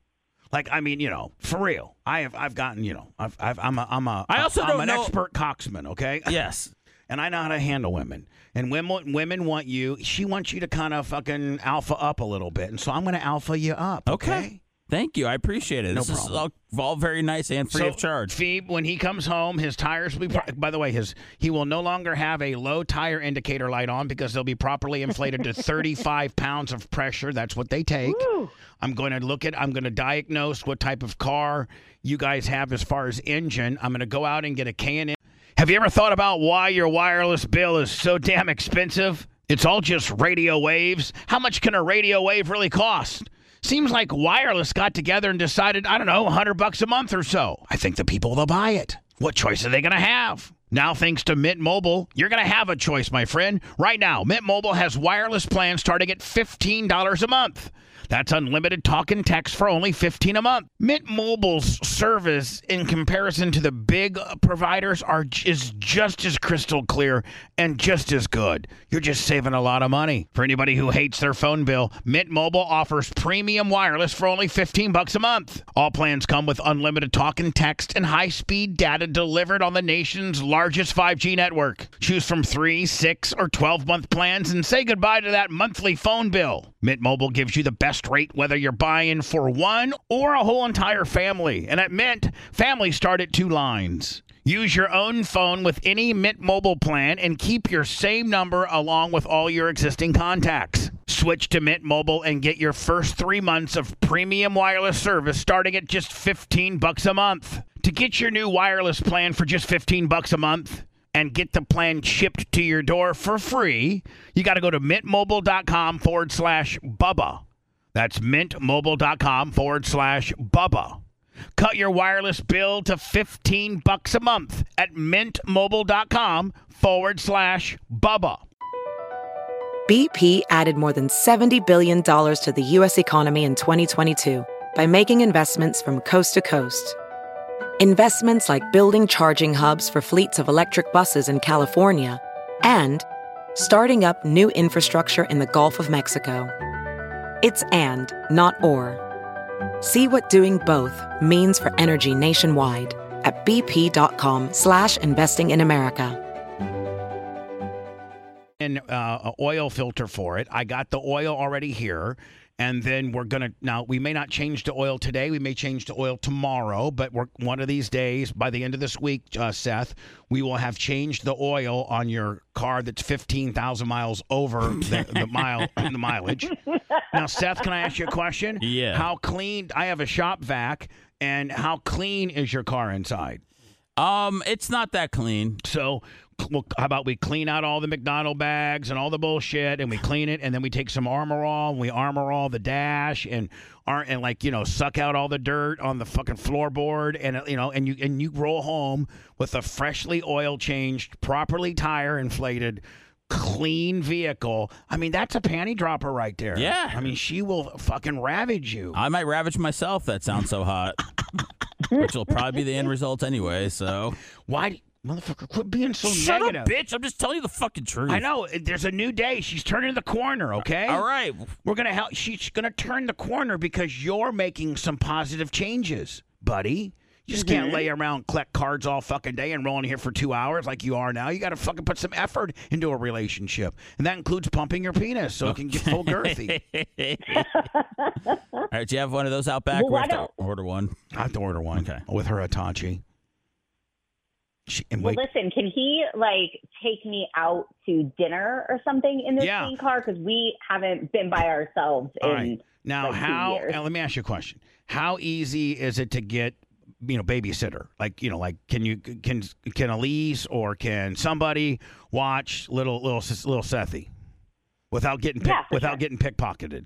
[SPEAKER 1] Like I mean, you know, for real. I have I've gotten, you know, I've, I've I'm a I'm a
[SPEAKER 3] I also
[SPEAKER 1] I'm
[SPEAKER 3] don't
[SPEAKER 1] an
[SPEAKER 3] know-
[SPEAKER 1] expert cocksman, okay? [laughs]
[SPEAKER 3] Yes.
[SPEAKER 1] And I know how to handle women. And women women want you. She wants you to kind of fucking alpha up a little bit. And so I'm going to alpha you up,
[SPEAKER 3] Okay.
[SPEAKER 1] okay?
[SPEAKER 3] Thank you. I appreciate it.
[SPEAKER 1] No
[SPEAKER 3] this
[SPEAKER 1] problem.
[SPEAKER 3] is all, all very nice and free
[SPEAKER 1] So,
[SPEAKER 3] of charge.
[SPEAKER 1] Phoebe, when he comes home, his tires will be. Pro- by the way, his he will no longer have a low tire indicator light on because they'll be properly inflated
[SPEAKER 3] [laughs]
[SPEAKER 1] to 35 pounds of pressure. That's what they take. I'm going to look at. I'm going to diagnose what type of car you guys have as far as engine. I'm going to go out and get a K&N. Have you ever thought about why your wireless bill is so damn expensive? It's all just radio waves. How much can a radio wave really cost? Seems like wireless got together and decided, I don't know, 100 bucks a month or so. I think the people will buy it. What choice are they going to have? Now, thanks to Mint Mobile, you're going to have a choice, my friend. Right now, Mint Mobile has wireless plans starting at $15 a month. That's unlimited talk and text for only 15 a month. Mint Mobile's service in comparison to the big uh, providers are j- is just as crystal clear and just as good. You're just saving a lot of money. For anybody who hates their phone bill, Mint Mobile offers premium wireless for only 15 bucks a month. All plans come with unlimited talk and text and high-speed data delivered on the nation's largest 5G network. Choose from 3, 6, or 12-month plans and say goodbye to that monthly phone bill. Mint Mobile gives you the best rate whether you're buying for one or a whole entire family. And at Mint, families start at two lines. Use your own phone with any Mint Mobile plan and keep your same number along with all your existing contacts. Switch to Mint Mobile and get your first three months of premium wireless service starting at just 15 bucks a month. To get your new wireless plan for just 15 bucks a month and get the plan shipped to your door for free, you got to go to mintmobile.com forward slash Bubba. That's mintmobile.com forward slash Bubba. Cut your wireless bill to 15 bucks a month at mintmobile.com forward slash Bubba.
[SPEAKER 5] BP added more than $70 billion to the U.S. economy in 2022 by making investments from coast to coast. Investments like building charging hubs for fleets of electric buses in California and starting up new infrastructure in the Gulf of Mexico. It's and, not or. See what doing both means for energy nationwide at bp.com slash investing in America.
[SPEAKER 1] an uh, a oil filter for it. I got the oil already here. And then we're going to, now we may not change the oil today. We may change the oil tomorrow, but we're one of these days, by the end of this week, uh, Seth, we will have changed the oil on your car that's 15,000 miles over the, the mile, the mileage. Now, Seth, can I ask you a question?
[SPEAKER 3] Yeah.
[SPEAKER 1] How clean, I have a shop vac, and how clean is your car inside?
[SPEAKER 3] Um, it's not that clean.
[SPEAKER 1] So, cl- well, how about we clean out all the McDonald bags and all the bullshit, and we clean it, and then we take some Armor All, and we Armor All the dash, and are and like you know suck out all the dirt on the fucking floorboard, and uh, you know, and you and you roll home with a freshly oil changed, properly tire inflated. Clean vehicle. I mean, that's a panty dropper right there.
[SPEAKER 3] Yeah.
[SPEAKER 1] I mean, she will fucking ravage you.
[SPEAKER 3] I might ravage myself. That sounds so [laughs] hot. Which will probably be the end result anyway. So
[SPEAKER 1] Why, motherfucker, quit being so
[SPEAKER 3] shut
[SPEAKER 1] negative.
[SPEAKER 3] up, bitch. I'm just telling you the fucking truth.
[SPEAKER 1] I know. There's a new day. She's turning the corner. Okay.
[SPEAKER 3] All right.
[SPEAKER 1] We're gonna help. She's gonna turn the corner because you're making some positive changes, buddy. You just can't lay around collect cards all fucking day and roll in here for two hours like you are now. You got to fucking put some effort into a relationship, and that includes pumping your penis so it can get [laughs] full girthy.
[SPEAKER 3] All right, do you have one of those out back?
[SPEAKER 4] Well,
[SPEAKER 3] we
[SPEAKER 4] why
[SPEAKER 3] have to
[SPEAKER 4] don't-
[SPEAKER 3] order one.
[SPEAKER 1] I have to order one
[SPEAKER 3] Okay.
[SPEAKER 1] with her Hitachi. She, and
[SPEAKER 4] Well,
[SPEAKER 1] wait,
[SPEAKER 4] listen, can he like take me out to dinner or something in this
[SPEAKER 1] Yeah.
[SPEAKER 4] green car? Because we haven't been by ourselves.
[SPEAKER 1] all
[SPEAKER 4] in,
[SPEAKER 1] right. Now,
[SPEAKER 4] like, two
[SPEAKER 1] how?
[SPEAKER 4] years.
[SPEAKER 1] Now, let me ask you a question. How easy is it to get, you know, babysitter? Like, you know, like can you can can Elise or can somebody watch little little little Sethy without getting pick,
[SPEAKER 4] Yeah, for
[SPEAKER 1] without
[SPEAKER 4] sure.
[SPEAKER 1] getting pickpocketed?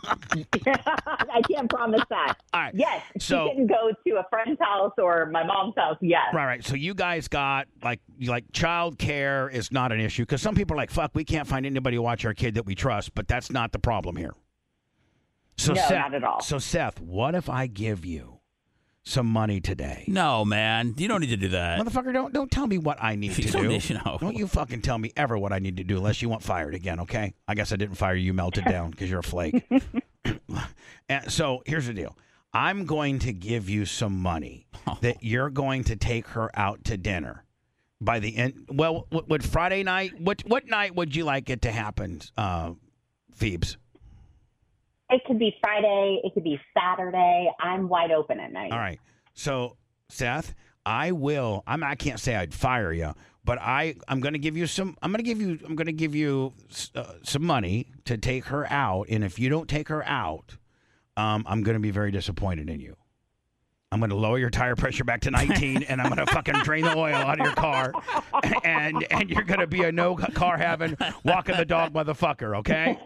[SPEAKER 4] [laughs]
[SPEAKER 1] [laughs]
[SPEAKER 4] I can't promise that.
[SPEAKER 1] All right.
[SPEAKER 4] Yes,
[SPEAKER 1] So-
[SPEAKER 4] she didn't go to a friend's house or my mom's house. Yes,
[SPEAKER 1] Right, right. So you guys got like you- like child care is not an issue because some people are like, "Fuck, we can't find anybody to watch our kid that we trust," but that's not the problem here. So
[SPEAKER 4] No,
[SPEAKER 1] Seth,
[SPEAKER 4] not at all.
[SPEAKER 1] So Seth, what if I give you some money today?
[SPEAKER 3] No, man, you don't need to do that.
[SPEAKER 1] Motherfucker, don't don't tell me what I need
[SPEAKER 3] [laughs] You
[SPEAKER 1] to
[SPEAKER 3] don't
[SPEAKER 1] do.
[SPEAKER 3] need to know.
[SPEAKER 1] Don't you fucking tell me ever what I need to do unless you want fired again, okay? I guess I didn't fire you,
[SPEAKER 3] [laughs]
[SPEAKER 1] melted down because you're a flake. [coughs] and so here's the deal. I'm going to give you some
[SPEAKER 3] [laughs]
[SPEAKER 1] money that you're going to take her out to dinner by the end. Well, what, what Friday night? What what night would you like it to happen, uh, Phoebes?
[SPEAKER 4] it could be Friday, it could be Saturday. I'm wide open at night.
[SPEAKER 1] All right. So, Seth, I will. I'm. I can't say I'd fire you, but I. I'm going to give you some. I'm going to give you. I'm going to give you s- uh, some money to take her out, and if you don't take her out, um, I'm going to be very disappointed in you. I'm going to lower your tire pressure back to 19, and I'm going to fucking drain the oil out of your car, and and you're going to be a no car having walking the dog motherfucker. Okay,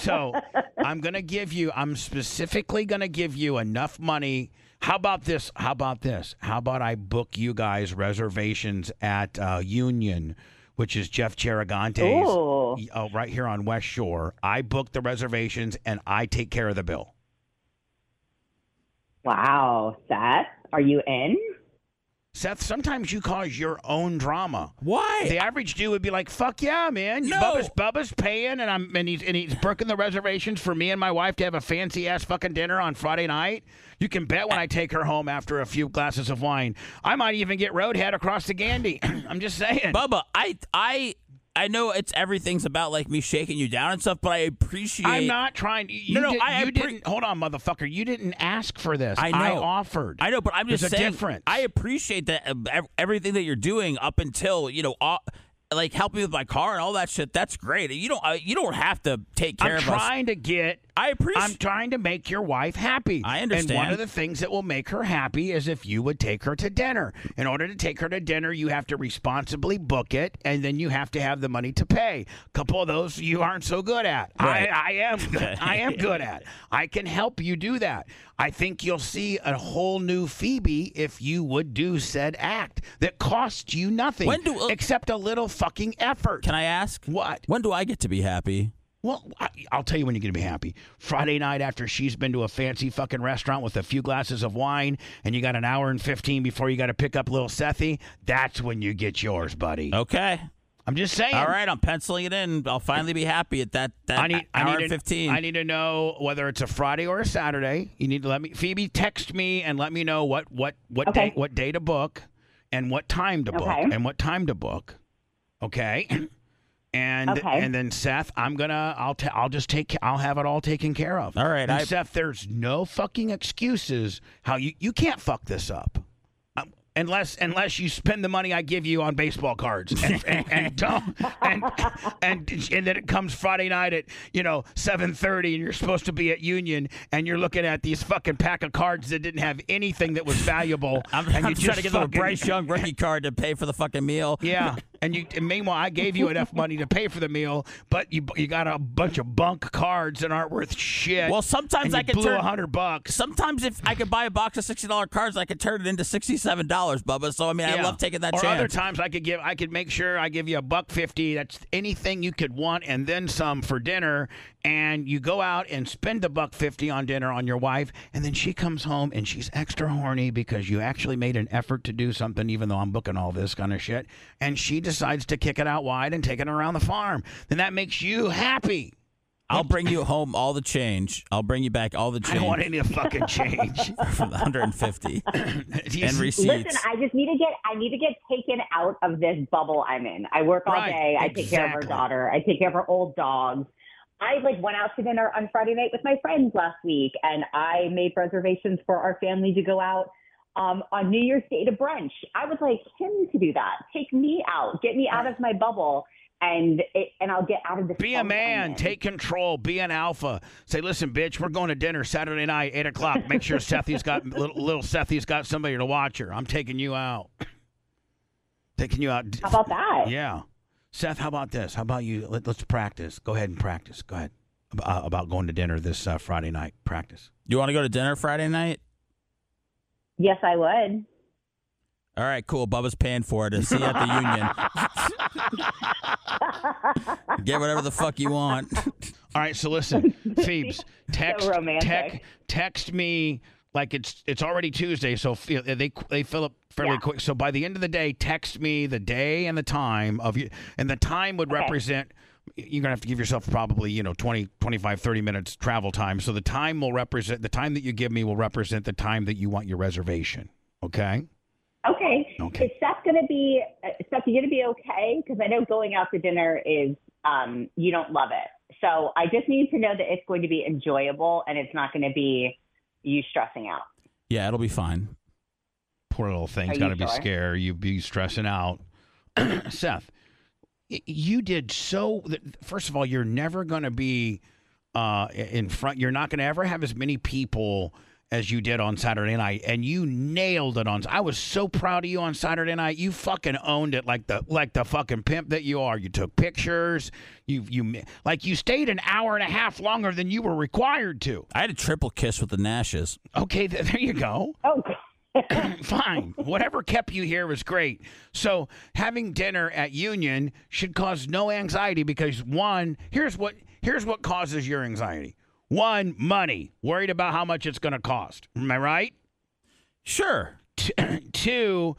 [SPEAKER 1] so I'm going to give you. I'm specifically going to give you enough money. How about this? How about this? How about I book you guys reservations at uh, Union, which is Jeff Charagante's
[SPEAKER 4] Ooh.
[SPEAKER 1] uh, right here on West Shore. I book the reservations and I take care of the bill.
[SPEAKER 4] Wow, Seth, are you in?
[SPEAKER 1] Seth, sometimes you cause your own drama.
[SPEAKER 3] Why?
[SPEAKER 1] The average Jew would be like, "Fuck yeah, man!
[SPEAKER 3] No.
[SPEAKER 1] Bubba's Bubba's paying, and I'm and he's and he's booking the reservations for me and my wife to have a fancy ass fucking dinner on Friday night. You can bet when I take her home after a few glasses of wine, I might even get roadhead across the Gandy. [clears throat] I'm just saying.
[SPEAKER 3] Bubba, I I I know it's everything's about like me shaking you down and stuff, but I appreciate
[SPEAKER 1] I'm not trying. You,
[SPEAKER 3] No, no,
[SPEAKER 1] did,
[SPEAKER 3] I- I
[SPEAKER 1] you
[SPEAKER 3] pre-
[SPEAKER 1] didn't. Hold on, motherfucker. You didn't ask for this.
[SPEAKER 3] I know.
[SPEAKER 1] offered.
[SPEAKER 3] I know, but I'm just
[SPEAKER 1] There's a
[SPEAKER 3] saying.
[SPEAKER 1] difference.
[SPEAKER 3] I appreciate that um, ev- everything that you're doing up until you know, all, like helping with my car and all that shit. That's great. You don't uh, you don't have to take care
[SPEAKER 1] I'm
[SPEAKER 3] of us.
[SPEAKER 1] trying to get
[SPEAKER 3] I appreciate.
[SPEAKER 1] I'm trying to make your wife happy.
[SPEAKER 3] I
[SPEAKER 1] And one
[SPEAKER 3] understand.
[SPEAKER 1] of the things that will make her happy is if you would take her to dinner. In order to take her to dinner, you have to responsibly book it, and then you have to have the money to pay. A couple of those you aren't so good at.
[SPEAKER 3] Right.
[SPEAKER 1] I, I am.
[SPEAKER 3] [laughs]
[SPEAKER 1] I am good at. I can help you do that. I think you'll see a whole new Phoebe if you would do said act that costs you nothing
[SPEAKER 3] When do- uh,
[SPEAKER 1] except a little fucking effort.
[SPEAKER 3] Can I ask?
[SPEAKER 1] what?
[SPEAKER 3] When do I get to be happy?
[SPEAKER 1] Well, I, I'll tell you when you're going to be happy. Friday night after she's been to a fancy fucking restaurant with a few glasses of wine and you got an hour and 15 before you got to pick up little Sethy, that's when you get yours, buddy.
[SPEAKER 3] Okay.
[SPEAKER 1] I'm just saying.
[SPEAKER 3] Oh. All right. I'm penciling it in. I'll finally be happy at that. That
[SPEAKER 1] I need,
[SPEAKER 3] hour
[SPEAKER 1] I,
[SPEAKER 3] and
[SPEAKER 1] need to,
[SPEAKER 3] fifteen.
[SPEAKER 1] I need to know whether it's a Friday or a Saturday. You need to let me Phoebe text me and let me know what what what
[SPEAKER 4] Okay.
[SPEAKER 1] day what day to book and what time to book
[SPEAKER 4] Okay.
[SPEAKER 1] and what time to book. Okay? [clears throat] And
[SPEAKER 4] Okay.
[SPEAKER 1] and then Seth, I'm going to I'll ta- I'll just take I'll have it all taken care of.
[SPEAKER 3] All right,
[SPEAKER 1] And
[SPEAKER 3] I-
[SPEAKER 1] Seth, there's no fucking excuses how you you can't fuck this up. Um, Unless, unless you spend the money I give you on baseball cards and, and,
[SPEAKER 3] [laughs]
[SPEAKER 1] and don't and, and and then it comes Friday night at you know seven thirty and you're supposed to be at Union and you're looking at these fucking pack of cards that didn't have anything that was valuable.
[SPEAKER 3] [laughs] I'm,
[SPEAKER 1] and
[SPEAKER 3] I'm
[SPEAKER 1] you
[SPEAKER 3] trying
[SPEAKER 1] just
[SPEAKER 3] to get them a
[SPEAKER 1] fucking- [laughs]
[SPEAKER 3] Bryce Young rookie card to pay for the fucking meal.
[SPEAKER 1] Yeah, and you. And meanwhile, I gave you enough money to pay for the meal, but you you got a bunch of bunk cards that aren't worth shit.
[SPEAKER 3] Well, sometimes
[SPEAKER 1] and
[SPEAKER 3] I
[SPEAKER 1] you
[SPEAKER 3] can
[SPEAKER 1] blew
[SPEAKER 3] turn-
[SPEAKER 1] a hundred bucks.
[SPEAKER 3] Sometimes if I could buy a box of sixty dollar cards, I could turn it into sixty seven dollars, Bubba. So I mean, I
[SPEAKER 1] Yeah.
[SPEAKER 3] love taking that
[SPEAKER 1] or
[SPEAKER 3] chance.
[SPEAKER 1] other times I could give, I could make sure I give you a buck fifty. That's anything you could want, and then some for dinner. And you go out and spend the buck fifty on dinner on your wife, and then she comes home and she's extra horny because you actually made an effort to do something, even though I'm booking all this kind of shit. And she decides to kick it out wide and take it around the farm. Then that makes you happy.
[SPEAKER 3] I'll bring you home all the change. I'll bring you back all the
[SPEAKER 1] I
[SPEAKER 3] change
[SPEAKER 1] don't want any fucking
[SPEAKER 3] [laughs]
[SPEAKER 1] change. [laughs]
[SPEAKER 3] from the 150 and
[SPEAKER 1] Yes.
[SPEAKER 3] receipts.
[SPEAKER 4] Listen, I just need to get I need to get taken out of this bubble I'm in. I work all
[SPEAKER 1] Right,
[SPEAKER 4] day. I take care of her
[SPEAKER 1] exactly.
[SPEAKER 4] daughter. I take care of her old dogs. I like went out to dinner on Friday night with my friends last week, and I made reservations for our family to go out um, on New Year's Day to brunch. I would like him to do that. Take me out. Get me out of my bubble, and it, and I'll get out of this.
[SPEAKER 1] Be a
[SPEAKER 4] bubble I'm
[SPEAKER 1] man.
[SPEAKER 4] in.
[SPEAKER 1] Take control. Be an alpha. Say, listen, bitch, we're going to dinner Saturday night, eight o'clock. Make sure Sethy's got little, little Sethy's got somebody to watch her. I'm taking you out. Taking you out.
[SPEAKER 4] How about that?
[SPEAKER 1] Yeah. Seth, how about this? How about you? Let, us practice. Go ahead and practice. Go ahead. Ab- Uh, about going to dinner this uh, Friday night. Practice.
[SPEAKER 3] You want to go to dinner Friday night?
[SPEAKER 4] Yes, I would.
[SPEAKER 3] All right, cool. Bubba's paying for it. See you at
[SPEAKER 1] [laughs]
[SPEAKER 3] the union. Get whatever the fuck you want.
[SPEAKER 1] All right. So
[SPEAKER 4] [laughs]
[SPEAKER 1] listen, Phoebes, text,
[SPEAKER 4] romantic.
[SPEAKER 1] tec- text me like it's it's already Tuesday, so f- they they fill up fairly
[SPEAKER 4] Yeah.
[SPEAKER 1] quick. So by the end of the day, text me the day and the time of you, and the time would
[SPEAKER 4] Okay.
[SPEAKER 1] represent. You're gonna have to give yourself probably you know 20, 25, 30 minutes travel time. So the time will represent the time that you give me will represent the time that you want your reservation. Okay.
[SPEAKER 4] Okay.
[SPEAKER 1] Okay.
[SPEAKER 4] Is Seth gonna be uh, Seth? You gonna be okay? Because I know going out to dinner is um, you don't love it. So I just need to know that it's going to be enjoyable and it's not going to be you stressing out.
[SPEAKER 3] Yeah, it'll be fine.
[SPEAKER 1] poor little thing's
[SPEAKER 4] Are
[SPEAKER 1] got to
[SPEAKER 4] you
[SPEAKER 1] be
[SPEAKER 4] sure?
[SPEAKER 1] scared. You be stressing out. [clears throat] Seth, y- you did so. th- First of all, you're never going to be uh, in front. You're not going to ever have as many people as you did on Saturday night, and you nailed it on. I was so proud of you on Saturday night. You fucking owned it like the like the fucking pimp that you are. You took pictures. You you like you stayed an hour and a half longer than you were required to.
[SPEAKER 3] I had a triple kiss with the Nashes.
[SPEAKER 1] Okay, th- there you go.
[SPEAKER 4] Oh, [laughs] God.
[SPEAKER 1] [coughs] fine. Whatever kept you here was great. So having dinner at Union should cause no anxiety because one, here's what here's what causes your anxiety. One, money. Worried about how much it's going to cost. Am I right?
[SPEAKER 3] Sure.
[SPEAKER 1] T- [clears throat] two,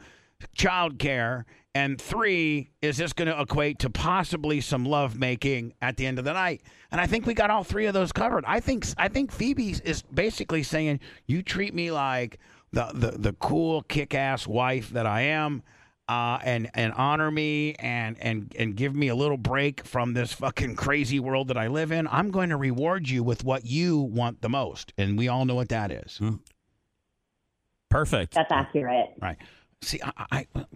[SPEAKER 1] childcare, and three, is this going to equate to possibly some lovemaking at the end of the night? And I think we got all three of those covered. I think I think Phoebe is basically saying you treat me like the the, the cool kick ass wife that I am. Uh, and and honor me and and and give me a little break from this fucking crazy world that I live in. I'm going to reward you with what you want the most, and we all know what that is.
[SPEAKER 3] Perfect.
[SPEAKER 4] That's accurate.
[SPEAKER 1] Right? See, I, I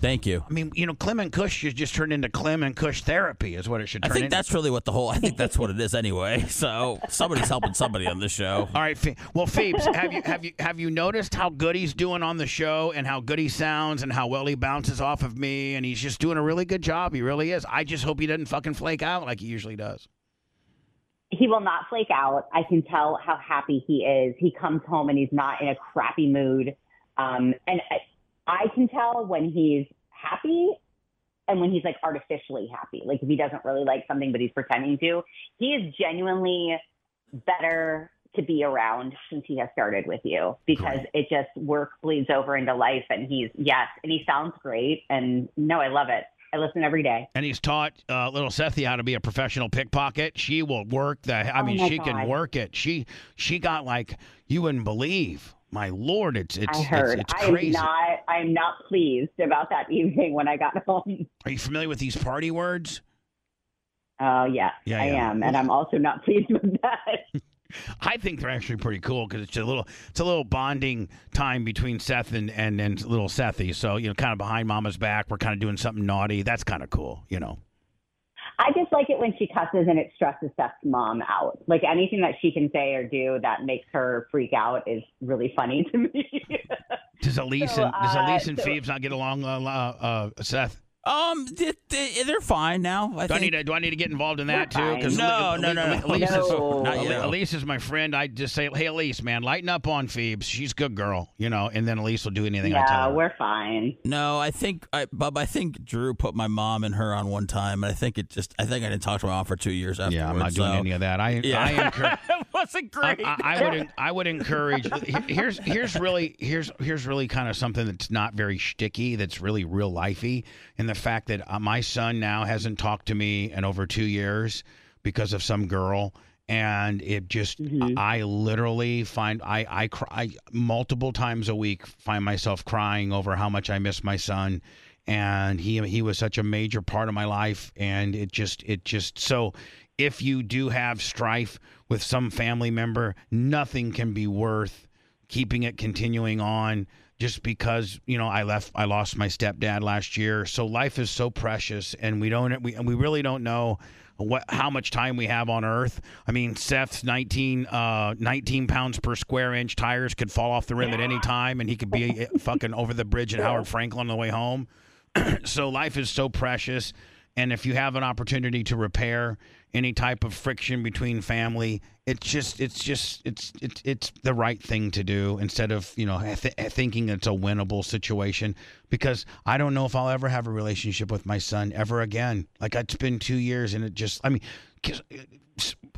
[SPEAKER 3] Thank you.
[SPEAKER 1] I mean, you know, Clem and Cush has just turned into Clem and Cush therapy, is what it should
[SPEAKER 3] I
[SPEAKER 1] turn
[SPEAKER 3] think
[SPEAKER 1] into.
[SPEAKER 3] that's really what the whole. I think that's what it is anyway. So somebody's helping somebody on this show.
[SPEAKER 1] All right, Phe- well, Phoebes, have you have you have you noticed how good he's doing on the show and how good he sounds and how well he bounces off of me and he's just doing a really good job. He really is. I just hope he doesn't fucking flake out like he usually does.
[SPEAKER 4] He will not flake out. I can tell how happy he is. He comes home and he's not in a crappy mood. Um, and I, I can tell when he's happy and when he's like artificially happy. Like if he doesn't really like something, but he's pretending to, he is genuinely better to be around since he has started with you because it just work bleeds over into life. And he's, yes, and he sounds great. And no, I love it. I listen every day.
[SPEAKER 1] And he's taught uh, little Sethy how to be a professional pickpocket. She will work the. I
[SPEAKER 4] Oh
[SPEAKER 1] mean,
[SPEAKER 4] my
[SPEAKER 1] she can
[SPEAKER 4] God.
[SPEAKER 1] work it. She she got like you wouldn't believe. My lord, it's it's
[SPEAKER 4] I heard.
[SPEAKER 1] it's, it's
[SPEAKER 4] I am
[SPEAKER 1] crazy.
[SPEAKER 4] not. I am not pleased about that [laughs] evening when I got home.
[SPEAKER 1] Are you familiar with these party words?
[SPEAKER 4] Oh yeah,
[SPEAKER 1] Yeah,
[SPEAKER 4] I
[SPEAKER 1] yeah.
[SPEAKER 4] am, and I'm also not [laughs] pleased with that.
[SPEAKER 1] I think they're actually pretty cool because it's a little it's a little bonding time between Seth and and and little Sethy. So you know, kind of behind Mama's back, we're kind of doing something naughty. That's kind of cool, you know.
[SPEAKER 4] I just like it when she cusses and it stresses Seth's mom out. Like anything that she can say or do that makes her freak out is really funny to me.
[SPEAKER 1] Does Elise
[SPEAKER 4] So,
[SPEAKER 1] and does
[SPEAKER 4] uh,
[SPEAKER 1] Elise and
[SPEAKER 4] so-
[SPEAKER 1] Phoebes not get along? Uh, uh, uh, Seth,
[SPEAKER 3] Um, th- th- they're fine now. I
[SPEAKER 1] do I need
[SPEAKER 3] think.
[SPEAKER 1] to do I need to get involved in that
[SPEAKER 4] We're
[SPEAKER 1] too? Because
[SPEAKER 3] fine. No, no, no, no.
[SPEAKER 1] Elise, Is,
[SPEAKER 4] No.
[SPEAKER 1] Eli-
[SPEAKER 3] Not yet.
[SPEAKER 1] Elise is my friend. I just say, hey, Elise, man, lighten up on Phoebes. She's a good girl, you know. And then Elise will do anything I
[SPEAKER 4] [laughs] yeah,
[SPEAKER 1] tell her.
[SPEAKER 4] we're fine.
[SPEAKER 3] No, I think, I, Bub, I think Drew put my mom and her on one time, and I think it just, I think I didn't talk to my mom for two years afterwards.
[SPEAKER 1] Yeah, I'm not doing
[SPEAKER 3] so-
[SPEAKER 1] any of that. I
[SPEAKER 3] Yeah.
[SPEAKER 1] I
[SPEAKER 3] [laughs]
[SPEAKER 1] encourage.
[SPEAKER 3] it wasn't
[SPEAKER 1] I,
[SPEAKER 3] great.
[SPEAKER 1] I- I would en- I would encourage he- here's here's really here's here's really kind of something that's not very shticky that's really real lifey and the fact that uh, my son now hasn't talked to me in over two years because of some girl and it just
[SPEAKER 3] Mm-hmm.
[SPEAKER 4] Mhm.
[SPEAKER 1] i literally find i i cry multiple times a week find myself crying over how much i miss my son and he he was such a major part of my life and it just it just so if you do have strife with some family member nothing can be worth keeping it continuing on just because you know I left I lost my stepdad last year so life is so precious and we don't we, we really don't know what how much time we have on earth I mean Seth's 19 uh 19 pounds per square inch tires could fall off the rim at any time and he could be eh, fucking over the bridge at Howard Franklin on the way home so life is so precious and if you have an opportunity to repair any type of friction between family it's just it's just it's it's it's the right thing to do instead of you know th- thinking it's a winnable situation because i don't know if i'll ever have a relationship with my son ever again like it's been two years and it just i mean 'cause-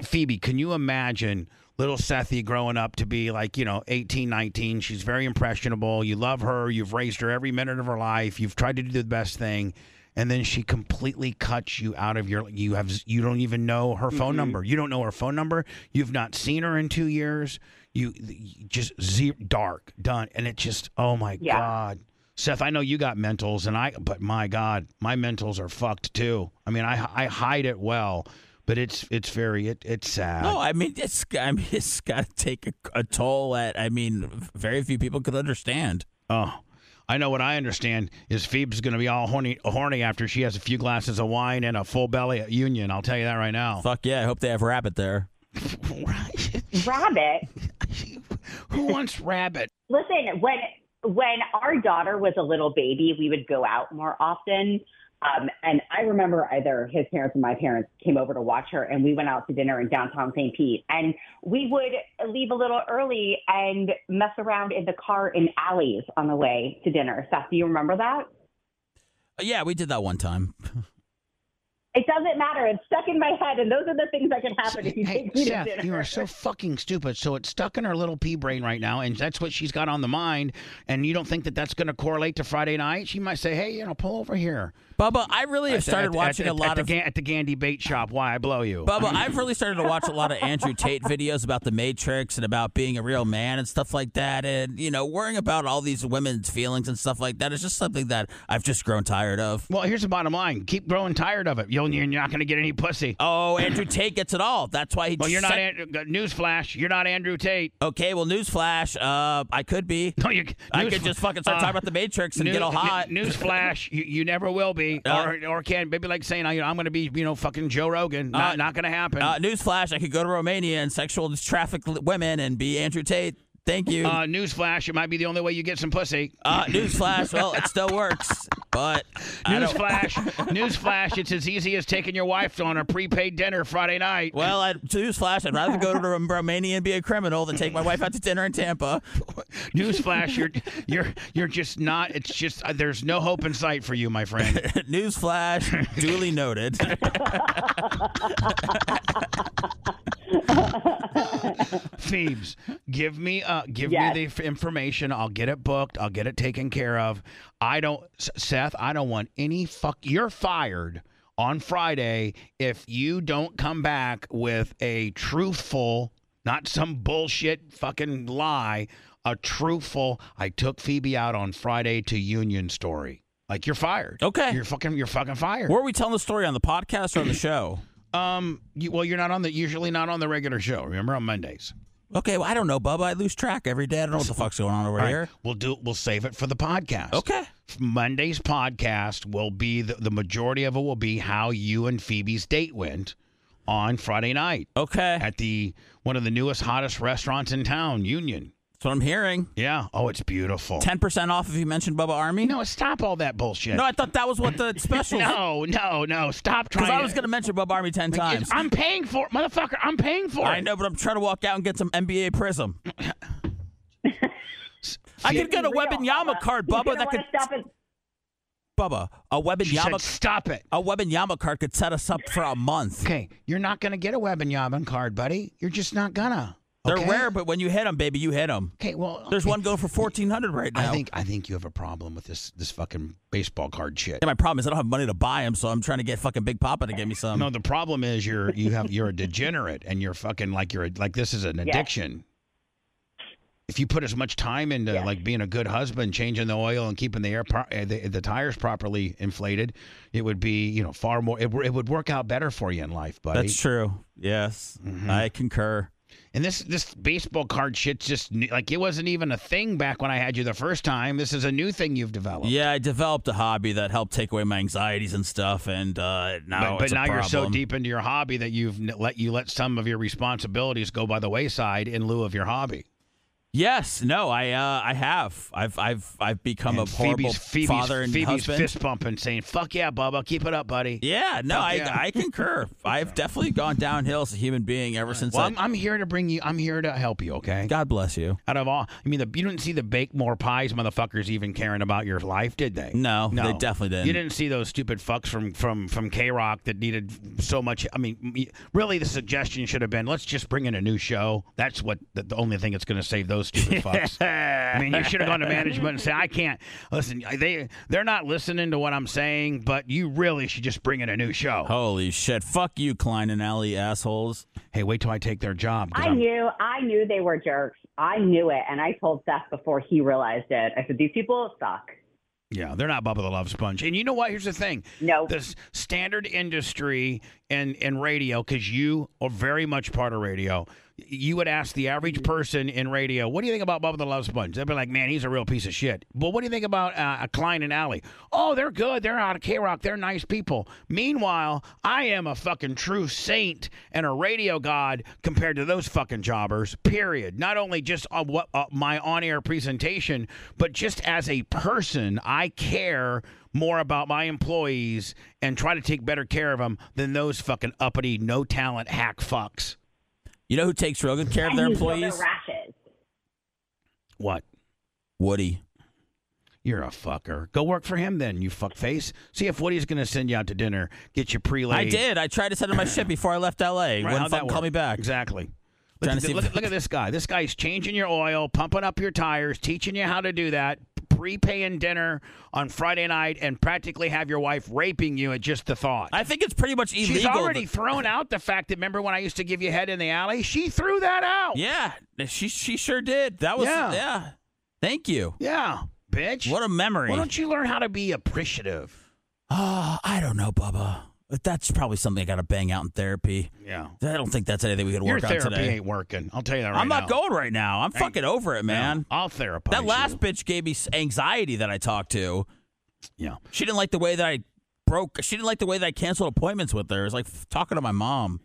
[SPEAKER 1] phoebe can you imagine little sethy growing up to be like you know 18 19 she's very impressionable you love her you've raised her every minute of her life you've tried to do the best thing and then she completely cuts you out of your you have you don't even know her phone number you don't know her phone number you've not seen her in two years you, you just ze- dark done and it just oh my
[SPEAKER 4] Yeah.
[SPEAKER 1] god seth i know you got mentals and i but my god my mentals are fucked too i mean i i hide it well but it's it's very it, it's sad
[SPEAKER 3] No, I mean it's I mean [laughs] it's got to take a, a toll. At I mean, very few people could understand.
[SPEAKER 1] Oh, I know what I understand is Phoebe's going to be all horny, horny after she has a few glasses of wine and a full belly at Union. I'll tell you that right
[SPEAKER 3] [laughs]
[SPEAKER 1] now.
[SPEAKER 3] Fuck yeah! I hope they have rabbit there.
[SPEAKER 4] Rabbit.
[SPEAKER 1] Who wants
[SPEAKER 4] [laughs]
[SPEAKER 1] rabbit?
[SPEAKER 4] Listen, when when our daughter was a little baby, we would go out more often. Um, and I remember either his parents or my parents came over to watch her, and we went out to dinner in downtown St. Pete. And we would leave a little early and mess around in the car in alleys on the way to dinner. Seth, do you remember that?
[SPEAKER 3] Uh, Yeah, we did that one time.
[SPEAKER 4] It doesn't matter. It's stuck in my head, and those are the things that can happen if you
[SPEAKER 1] Hey,
[SPEAKER 4] take me to dinner.
[SPEAKER 1] Seth, you are so fucking stupid. So it's stuck in her little pea brain right now, and that's what she's got on the mind. And you don't think that that's going to correlate to Friday night? She might say, "Hey, you know, pull over here."
[SPEAKER 3] Bubba, I really have
[SPEAKER 1] At the-
[SPEAKER 3] started
[SPEAKER 1] at-
[SPEAKER 3] watching
[SPEAKER 1] at,
[SPEAKER 3] a lot
[SPEAKER 1] at
[SPEAKER 3] of
[SPEAKER 1] the, Gan- at the Gandy Bait Shop. Why I blow you?
[SPEAKER 3] Bubba, I've really started to watch a lot of Andrew Tate videos about the Matrix and about being a real man and stuff like that. And, you know, worrying about all these women's feelings and stuff like that is just something that I've just grown tired of.
[SPEAKER 1] well, here's the bottom line: keep growing tired of it. You'll, you're not going to get any pussy.
[SPEAKER 3] Oh, Andrew Tate gets it all. That's why he
[SPEAKER 1] well, you're not.
[SPEAKER 3] sent-
[SPEAKER 1] Andrew, newsflash: you're not Andrew Tate. [laughs]
[SPEAKER 3] Okay, well, newsflash. Uh, I could be.
[SPEAKER 1] No, you.
[SPEAKER 3] I
[SPEAKER 1] news-
[SPEAKER 3] could just fucking start
[SPEAKER 1] uh,
[SPEAKER 3] talking about the Matrix and
[SPEAKER 1] new-
[SPEAKER 3] get all
[SPEAKER 1] n-
[SPEAKER 3] hot.
[SPEAKER 1] newsflash, you, you never will be,
[SPEAKER 3] Uh,
[SPEAKER 1] or or can maybe like saying you know, I'm going to be you know fucking Joe Rogan. Not,
[SPEAKER 3] Uh,
[SPEAKER 1] not going to happen.
[SPEAKER 3] Uh,
[SPEAKER 1] Uh,
[SPEAKER 3] newsflash, I could go to Romania and sexual traffic women and be Andrew Tate. Thank you. Uh,
[SPEAKER 1] newsflash, it might be the only way you get some pussy.
[SPEAKER 3] newsflash, well, it still works, but I don't- [laughs]
[SPEAKER 1] Newsflash, newsflash, it's as easy as taking your wife on a prepaid dinner Friday night.
[SPEAKER 3] Well, I'd, newsflash, I'd rather go to Rom- Romania and be a criminal than take my wife out to dinner
[SPEAKER 1] [laughs]
[SPEAKER 3] in Tampa.
[SPEAKER 1] Newsflash, you're you're you're just not. It's just uh, there's no hope in sight for you, my friend.
[SPEAKER 3] [laughs] newsflash,
[SPEAKER 1] [laughs]
[SPEAKER 3] duly noted.
[SPEAKER 1] Thebes, give me uh, give
[SPEAKER 4] Yes.
[SPEAKER 1] me the f- information. I'll get it booked. I'll get it taken care of. I don't, S- Seth. I don't want any fuck. You're fired on Friday if you don't come back with a truthful, not some bullshit fucking lie. A truthful. I took Phoebe out on Friday to Union story. Like you're fired.
[SPEAKER 3] Okay.
[SPEAKER 1] You're fucking. You're fucking fired.
[SPEAKER 3] Where are we telling the story on the podcast or on the show?
[SPEAKER 1] um. You, well, you're not on the usually not on the regular show. Remember on Mondays.
[SPEAKER 3] Okay, well, I don't know, Bubba. I lose track every day. I don't know what the fuck's going on over
[SPEAKER 1] All right,
[SPEAKER 3] here.
[SPEAKER 1] We'll do. We'll save it for the podcast.
[SPEAKER 3] Okay.
[SPEAKER 1] Monday's podcast will be the, the majority of it will be how you and Phoebe's date went on Friday night
[SPEAKER 3] Okay. That's
[SPEAKER 1] at the one of the newest hottest restaurants in town, Union.
[SPEAKER 3] what I'm hearing.
[SPEAKER 1] Yeah. Oh, it's beautiful.
[SPEAKER 3] 10% off if you mentioned Bubba Army.
[SPEAKER 1] no, stop all that bullshit.
[SPEAKER 3] No, I thought that was what the
[SPEAKER 1] [laughs]
[SPEAKER 3] special
[SPEAKER 1] no, no, no, Stop trying.
[SPEAKER 3] Because I was going to mention Bubba Army 10 times.
[SPEAKER 1] I'm paying for it, motherfucker. I'm paying for
[SPEAKER 3] I
[SPEAKER 1] it.
[SPEAKER 3] know, but I'm trying to walk out and get some
[SPEAKER 1] [laughs]
[SPEAKER 3] NBA Prism. I could get a
[SPEAKER 4] Real,
[SPEAKER 3] Weapon Yama
[SPEAKER 4] Bubba.
[SPEAKER 3] card,
[SPEAKER 4] You're
[SPEAKER 3] Bubba.
[SPEAKER 4] gonna
[SPEAKER 3] That could
[SPEAKER 4] wanna stop and-
[SPEAKER 3] [laughs] Bubba, a Weapon
[SPEAKER 1] She
[SPEAKER 3] Yama
[SPEAKER 1] said, stop it.
[SPEAKER 3] a Weapon Yama card could set us up for a month.
[SPEAKER 1] Okay, you're not going to get a Web and Yabin card, buddy. You're just not gonna.
[SPEAKER 3] They're
[SPEAKER 1] Okay.
[SPEAKER 3] rare, but when you hit them, baby, you hit them.
[SPEAKER 1] Okay, well,
[SPEAKER 3] There's
[SPEAKER 1] okay.
[SPEAKER 3] one going for fourteen hundred right now.
[SPEAKER 1] I think I think you have a problem with this this fucking baseball card shit.
[SPEAKER 3] Yeah, my problem is I don't have money to buy them, so I'm trying to get fucking Big Papa to give me some.
[SPEAKER 1] No, the problem is you're you have you're a degenerate and you're fucking like you're a, like this is an addiction. If you put as much time into
[SPEAKER 4] Yes.
[SPEAKER 1] like being a good husband, changing the oil and keeping the air pro- uh, the, the tires properly inflated, it would be you know far more. It, wor- it would work out better for you in life, buddy.
[SPEAKER 3] That's true. Yes,
[SPEAKER 1] Mhm.
[SPEAKER 3] I concur.
[SPEAKER 1] and this this baseball card shit's just new- like it wasn't even a thing back when I had you the first time. This is a new thing you've developed.
[SPEAKER 3] Yeah, I developed a hobby that helped take away my anxieties and stuff, and uh, now
[SPEAKER 1] but, but
[SPEAKER 3] it's a
[SPEAKER 1] now you're so
[SPEAKER 3] problem.
[SPEAKER 1] deep into your hobby that you've n- let you let some of your responsibilities go by the wayside in lieu of your hobby.
[SPEAKER 3] Yes, no, I uh, I have. I've I've I've become
[SPEAKER 1] And
[SPEAKER 3] a horrible father and
[SPEAKER 1] Phoebe's
[SPEAKER 3] husband.
[SPEAKER 1] fist pumping, saying "Fuck yeah, Bubba, keep it up, buddy."
[SPEAKER 3] Yeah, no,
[SPEAKER 1] Fuck
[SPEAKER 3] I
[SPEAKER 1] yeah. [laughs]
[SPEAKER 3] I concur. I've definitely gone downhill as a human being ever since.
[SPEAKER 1] Well,
[SPEAKER 3] I,
[SPEAKER 1] I'm, I'm here to bring you. I'm here to help you. Okay.
[SPEAKER 3] God bless you.
[SPEAKER 1] Out of all, I mean, the, you didn't see the bake more pies motherfuckers even caring about your life, did they?
[SPEAKER 3] No, they definitely didn't.
[SPEAKER 1] You didn't see those stupid fucks from from from K Rock that needed so much. I mean, me- really, the suggestion should have been let's just bring in a new show. That's what the, the only thing that's going to save those
[SPEAKER 3] [laughs]
[SPEAKER 1] stupid fucks. I mean, you should have gone to management and said, I can't listen. They they're not listening to what I'm saying, but you really should just bring in a new show.
[SPEAKER 3] Holy shit! Fuck you, Klein and Alley assholes.
[SPEAKER 1] Hey, wait till I take their job. 'cause
[SPEAKER 4] I
[SPEAKER 1] I'm-
[SPEAKER 4] knew, I knew they were jerks. I knew it, and I told Seth before he realized it. I said, "These people suck."
[SPEAKER 1] Yeah, they're not Bubba the Love Sponge. And you know what? Here's the thing.
[SPEAKER 4] No.
[SPEAKER 1] The s- standard industry and, and radio, because you are very much part of radio, you would ask the average person in radio, what do you think about Bubba the Love Sponge? They'd be like, man, he's a real piece of shit. But what do you think about uh, Klein and Alley? Oh, they're good. They're out of K Rock. They're nice people. Meanwhile, I am a fucking true saint and a radio god compared to those fucking jobbers, period. Not only just on what uh, my on air presentation, but just as a person, I care more about my employees and try to take better care of them than those fucking uppity, no talent hack fucks.
[SPEAKER 3] You know who takes real good care of
[SPEAKER 4] And [laughs]
[SPEAKER 3] their
[SPEAKER 4] you feel
[SPEAKER 3] employees?
[SPEAKER 4] rashes.
[SPEAKER 1] What?
[SPEAKER 3] Woody.
[SPEAKER 1] You're a fucker. Go work for him then, you fuckface. See if Woody's going to send you out to dinner, get you pre
[SPEAKER 3] I did. I tried to send him my shit before I left LA.
[SPEAKER 1] Right,
[SPEAKER 3] Wouldn't
[SPEAKER 1] how'd that
[SPEAKER 3] fucking call
[SPEAKER 1] work?
[SPEAKER 3] me back.
[SPEAKER 1] Exactly. Look,
[SPEAKER 3] Trying
[SPEAKER 1] at
[SPEAKER 3] to
[SPEAKER 1] thi-
[SPEAKER 3] see if-
[SPEAKER 1] look, look at this guy. This guy's changing your oil, pumping up your tires, teaching you how to do that, prepaying dinner on Friday night, and practically have your wife raping you at just the thought.
[SPEAKER 3] I think it's pretty much illegal.
[SPEAKER 1] She's already
[SPEAKER 3] that-
[SPEAKER 1] thrown out the fact that remember when I used to give you head in the alley? She threw that out.
[SPEAKER 3] yeah, she she sure did. That was
[SPEAKER 1] Yeah.
[SPEAKER 3] yeah. Thank you.
[SPEAKER 1] Yeah, bitch.
[SPEAKER 3] What a memory.
[SPEAKER 1] Why don't you learn how to be appreciative?
[SPEAKER 3] Ah, I don't know, Bubba. But that's probably something I got to bang out in therapy.
[SPEAKER 1] Yeah.
[SPEAKER 3] I don't think that's anything we could
[SPEAKER 1] Your
[SPEAKER 3] work on
[SPEAKER 1] therapy
[SPEAKER 3] today.
[SPEAKER 1] ain't working. I'll tell you that right
[SPEAKER 3] I'm not
[SPEAKER 1] now.
[SPEAKER 3] going right now. I'm fucking over it, man.
[SPEAKER 1] No, I'll therapize
[SPEAKER 3] That last
[SPEAKER 1] you.
[SPEAKER 3] bitch gave me s- anxiety that I talked to.
[SPEAKER 1] Yeah.
[SPEAKER 3] She didn't like the way that I broke. She didn't like the way that I canceled appointments with her. It was like f- talking to my mom.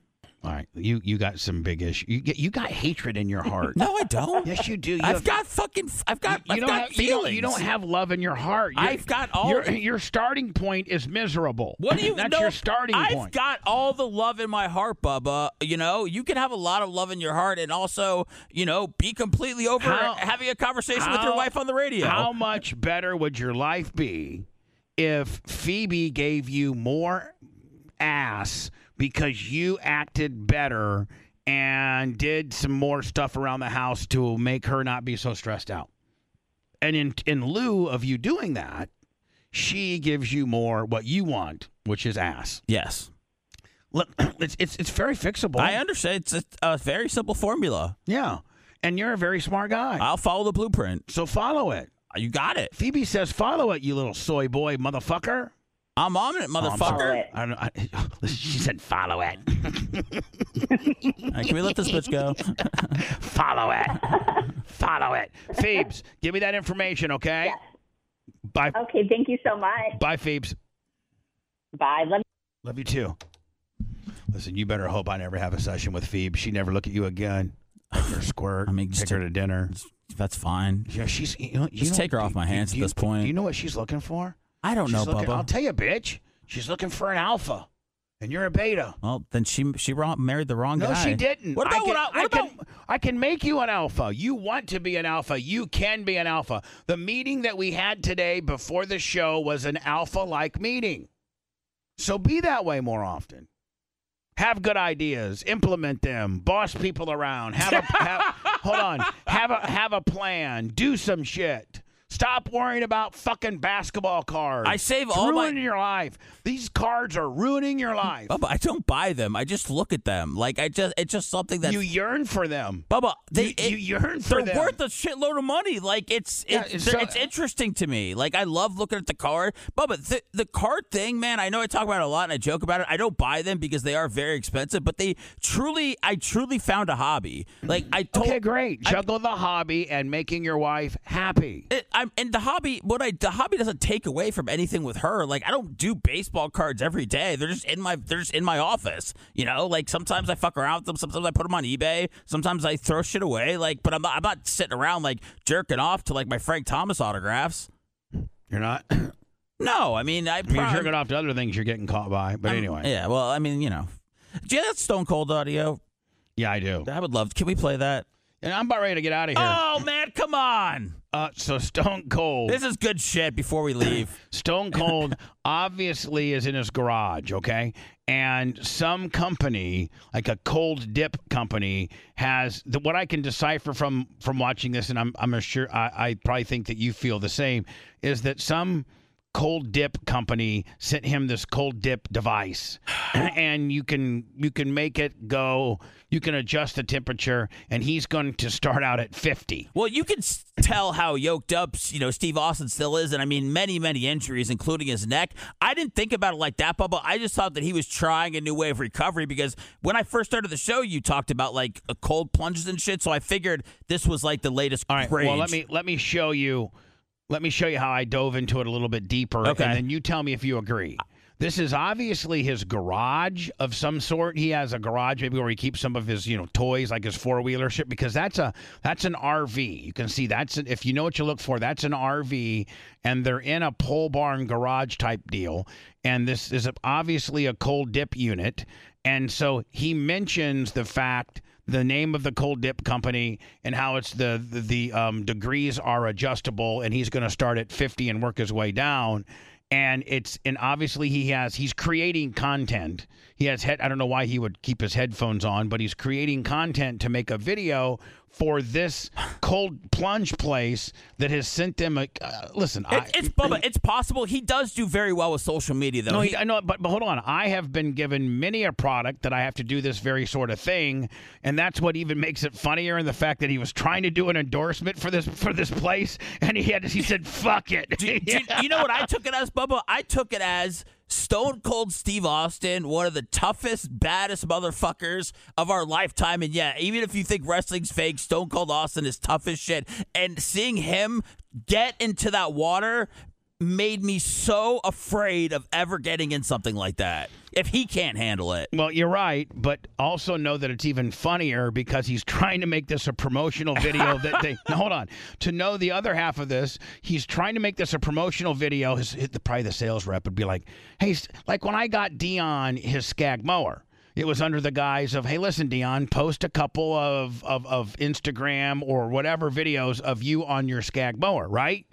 [SPEAKER 1] All right. You you got some big issue. You get, you got hatred in
[SPEAKER 3] [laughs]
[SPEAKER 1] your heart.
[SPEAKER 3] No, I don't.
[SPEAKER 1] Yes, you do. You
[SPEAKER 3] I've
[SPEAKER 1] have-
[SPEAKER 3] got fucking. f- I've got.
[SPEAKER 1] You
[SPEAKER 3] I've
[SPEAKER 1] don't,
[SPEAKER 3] got
[SPEAKER 1] have, you,
[SPEAKER 3] feelings.
[SPEAKER 1] don't, you don't have love in your heart. Your-
[SPEAKER 3] I've got all-
[SPEAKER 1] Your, your starting point is miserable.
[SPEAKER 3] What do you
[SPEAKER 1] That's
[SPEAKER 3] know?
[SPEAKER 1] your starting
[SPEAKER 3] I've
[SPEAKER 1] point.
[SPEAKER 3] got all the love in my heart, Bubba. You know, you can have a lot of love in your heart and also, you know, be completely over
[SPEAKER 1] How-
[SPEAKER 3] having a conversation with your
[SPEAKER 1] how-
[SPEAKER 3] wife on the radio.
[SPEAKER 1] How much better would your life be if Phoebe gave you more ass because you acted better and did some more stuff around the house to make her not be so stressed out? And in in lieu of you doing that, she gives you more what you want, which is ass.
[SPEAKER 3] yes.
[SPEAKER 1] Look, [clears throat] it's it's it's very fixable.
[SPEAKER 3] I understand. It's a, a very simple formula.
[SPEAKER 1] yeah. And you're a very smart guy.
[SPEAKER 3] I'll follow the blueprint.
[SPEAKER 1] so follow it.
[SPEAKER 3] You got it.
[SPEAKER 1] Phoebe says follow it, you little soy boy motherfucker.
[SPEAKER 3] I'm on it,
[SPEAKER 4] Follow
[SPEAKER 3] motherfucker.
[SPEAKER 4] it.
[SPEAKER 1] I don't, I, [laughs] she said, "Follow it,
[SPEAKER 3] All right, can we let this
[SPEAKER 1] [laughs]
[SPEAKER 3] bitch go? [laughs]
[SPEAKER 1] follow
[SPEAKER 4] [laughs]
[SPEAKER 1] it, follow it." Phoebes, give me that information, okay? Bye,
[SPEAKER 4] Okay, thank you so much.
[SPEAKER 1] bye, Phoebes.
[SPEAKER 4] Bye. Love
[SPEAKER 1] Love you too. Listen, you better hope I never have a session with Phoebe. She never look at you again. Take her [laughs] squirt.
[SPEAKER 3] I mean, just
[SPEAKER 1] take her to dinner.
[SPEAKER 3] That's fine.
[SPEAKER 1] Yeah, she's. You know, you
[SPEAKER 3] Just
[SPEAKER 1] know-
[SPEAKER 3] take her off my
[SPEAKER 1] do-
[SPEAKER 3] hands
[SPEAKER 1] do
[SPEAKER 3] at
[SPEAKER 1] you-
[SPEAKER 3] this point.
[SPEAKER 1] Do you know what she's looking for?
[SPEAKER 3] I don't
[SPEAKER 1] she's
[SPEAKER 3] know,
[SPEAKER 1] looking,
[SPEAKER 3] Bubba.
[SPEAKER 1] I'll tell you, bitch. She's looking for an alpha, and you're a beta.
[SPEAKER 3] well, then she she wrong- married the wrong
[SPEAKER 1] No,
[SPEAKER 3] guy.
[SPEAKER 1] she didn't.
[SPEAKER 3] What
[SPEAKER 1] I
[SPEAKER 3] about
[SPEAKER 1] can,
[SPEAKER 3] what? I, what
[SPEAKER 1] I
[SPEAKER 3] about?
[SPEAKER 1] can, I can make you an alpha. You want to be an alpha. You can be an alpha. The meeting that we had today before the show was an alpha like meeting. So be that way more often. Have good ideas, implement them, boss people around. Have
[SPEAKER 3] [laughs]
[SPEAKER 1] a have, hold on. Have a have a plan. Do some shit. Stop worrying about fucking basketball cards.
[SPEAKER 3] I save
[SPEAKER 1] It's
[SPEAKER 3] all my-
[SPEAKER 1] ruining your life. These cards are ruining your life.
[SPEAKER 3] Bubba, I don't buy them. I just look at them. Like I just, it's just something that
[SPEAKER 1] you yearn for them.
[SPEAKER 3] Bubba, they
[SPEAKER 1] You- you yearn for
[SPEAKER 3] they're
[SPEAKER 1] them.
[SPEAKER 3] worth a shitload of money. Like it's
[SPEAKER 1] Yeah,
[SPEAKER 3] it's,
[SPEAKER 1] it's
[SPEAKER 3] they're-
[SPEAKER 1] so-
[SPEAKER 3] it's interesting to me. Like I love looking at the card, Bubba. The, the card thing, man. I know I talk about it a lot and I joke about it. I don't buy them because they are very expensive, but they truly, I truly found a hobby. Like I told,
[SPEAKER 1] Okay, great. Juggle the hobby and making your wife happy.
[SPEAKER 3] It, I'm and the hobby. What I the hobby doesn't take away from anything with her. Like I don't do baseball cards every day. They're just in my they're just in my office. You know, like sometimes I fuck around with them. Sometimes I put them on eBay. Sometimes I throw shit away. Like, but I'm not, I'm not sitting around like jerking off to like my Frank Thomas autographs.
[SPEAKER 1] You're not. [clears throat] I mean,
[SPEAKER 3] No, I mean I.
[SPEAKER 1] you're
[SPEAKER 3] prob-
[SPEAKER 1] jerking off to other things you're getting caught by. But
[SPEAKER 3] I'm-
[SPEAKER 1] anyway.
[SPEAKER 3] yeah. Well, I mean, you know, do you have that Stone Cold audio?
[SPEAKER 1] Yeah, I do.
[SPEAKER 3] I would love. Can we play that?
[SPEAKER 1] And I'm about ready to get out of here.
[SPEAKER 3] Oh man, come on!
[SPEAKER 1] Uh, so Stone Cold.
[SPEAKER 3] This is good shit. Before we leave.
[SPEAKER 1] Stone Cold obviously is in his garage, okay? And some company, like a cold dip company, has the, what I can decipher from from watching this, and I'm I'm sure I, I probably think that you feel the same, is that some cold dip company sent him this cold dip device, and you can you can make it go, you can adjust the temperature, and he's going to start out at 50.
[SPEAKER 3] Well, you can s- tell how yoked up you know Steve Austin still is, and I mean many, many injuries, including his neck. I didn't think about it like that, Bubba. I just thought that he was trying a new way of recovery because when I first started the show, you talked about like uh, cold plunges and shit. So I figured this was like the latest. All right,
[SPEAKER 1] Well, let me let me show you let me show you how I dove into it a little bit deeper
[SPEAKER 3] Okay.
[SPEAKER 1] and then you tell me if you agree. This is obviously his garage of some sort. He has a garage maybe where he keeps some of his, you know, toys like his four-wheeler shit because that's a that's an RV. You can see that's an, if you know what you look for, that's an RV and they're in a pole barn garage type deal and this is obviously a cold dip unit and so he mentions the fact the name of the cold dip company and how it's the the, the, um, degrees are adjustable and he's going to start at 50 and work his way down and it's and obviously he has he's creating content he has head i don't know why he would keep his headphones on but he's creating content to make a video for this cold plunge place that has sent them a uh, listen I,
[SPEAKER 3] It, it's Bubba. It's possible he does do very well with social media, though.
[SPEAKER 1] no,
[SPEAKER 3] He-
[SPEAKER 1] he, I know, but, but hold on. I have been given many a product that I have to do this very sort of thing, and that's what even makes it funnier. And the fact that he was trying to do an endorsement for this for this place, and he had he said, "Fuck it." [laughs]
[SPEAKER 3] Do you, you know what I took it as, Bubba? I took it as Stone Cold Steve Austin, one of the toughest, baddest motherfuckers of our lifetime. And yeah, even if you think wrestling's fake, Stone Cold Austin is tough as shit. And seeing him get into that water made me so afraid of ever getting in something like that. If he can't handle it.
[SPEAKER 1] Well, you're right, but also know that it's even funnier because he's trying to make this a promotional video that they. Now, hold on. To know the other half of this, he's trying to make this a promotional video. His, his- probably the sales rep would be like, "Hey, s- like when I got Dion his Skag mower." It was under the guise of, hey, listen, Dion, post a couple of, of, of Instagram or whatever videos of you on your Skag mower, right?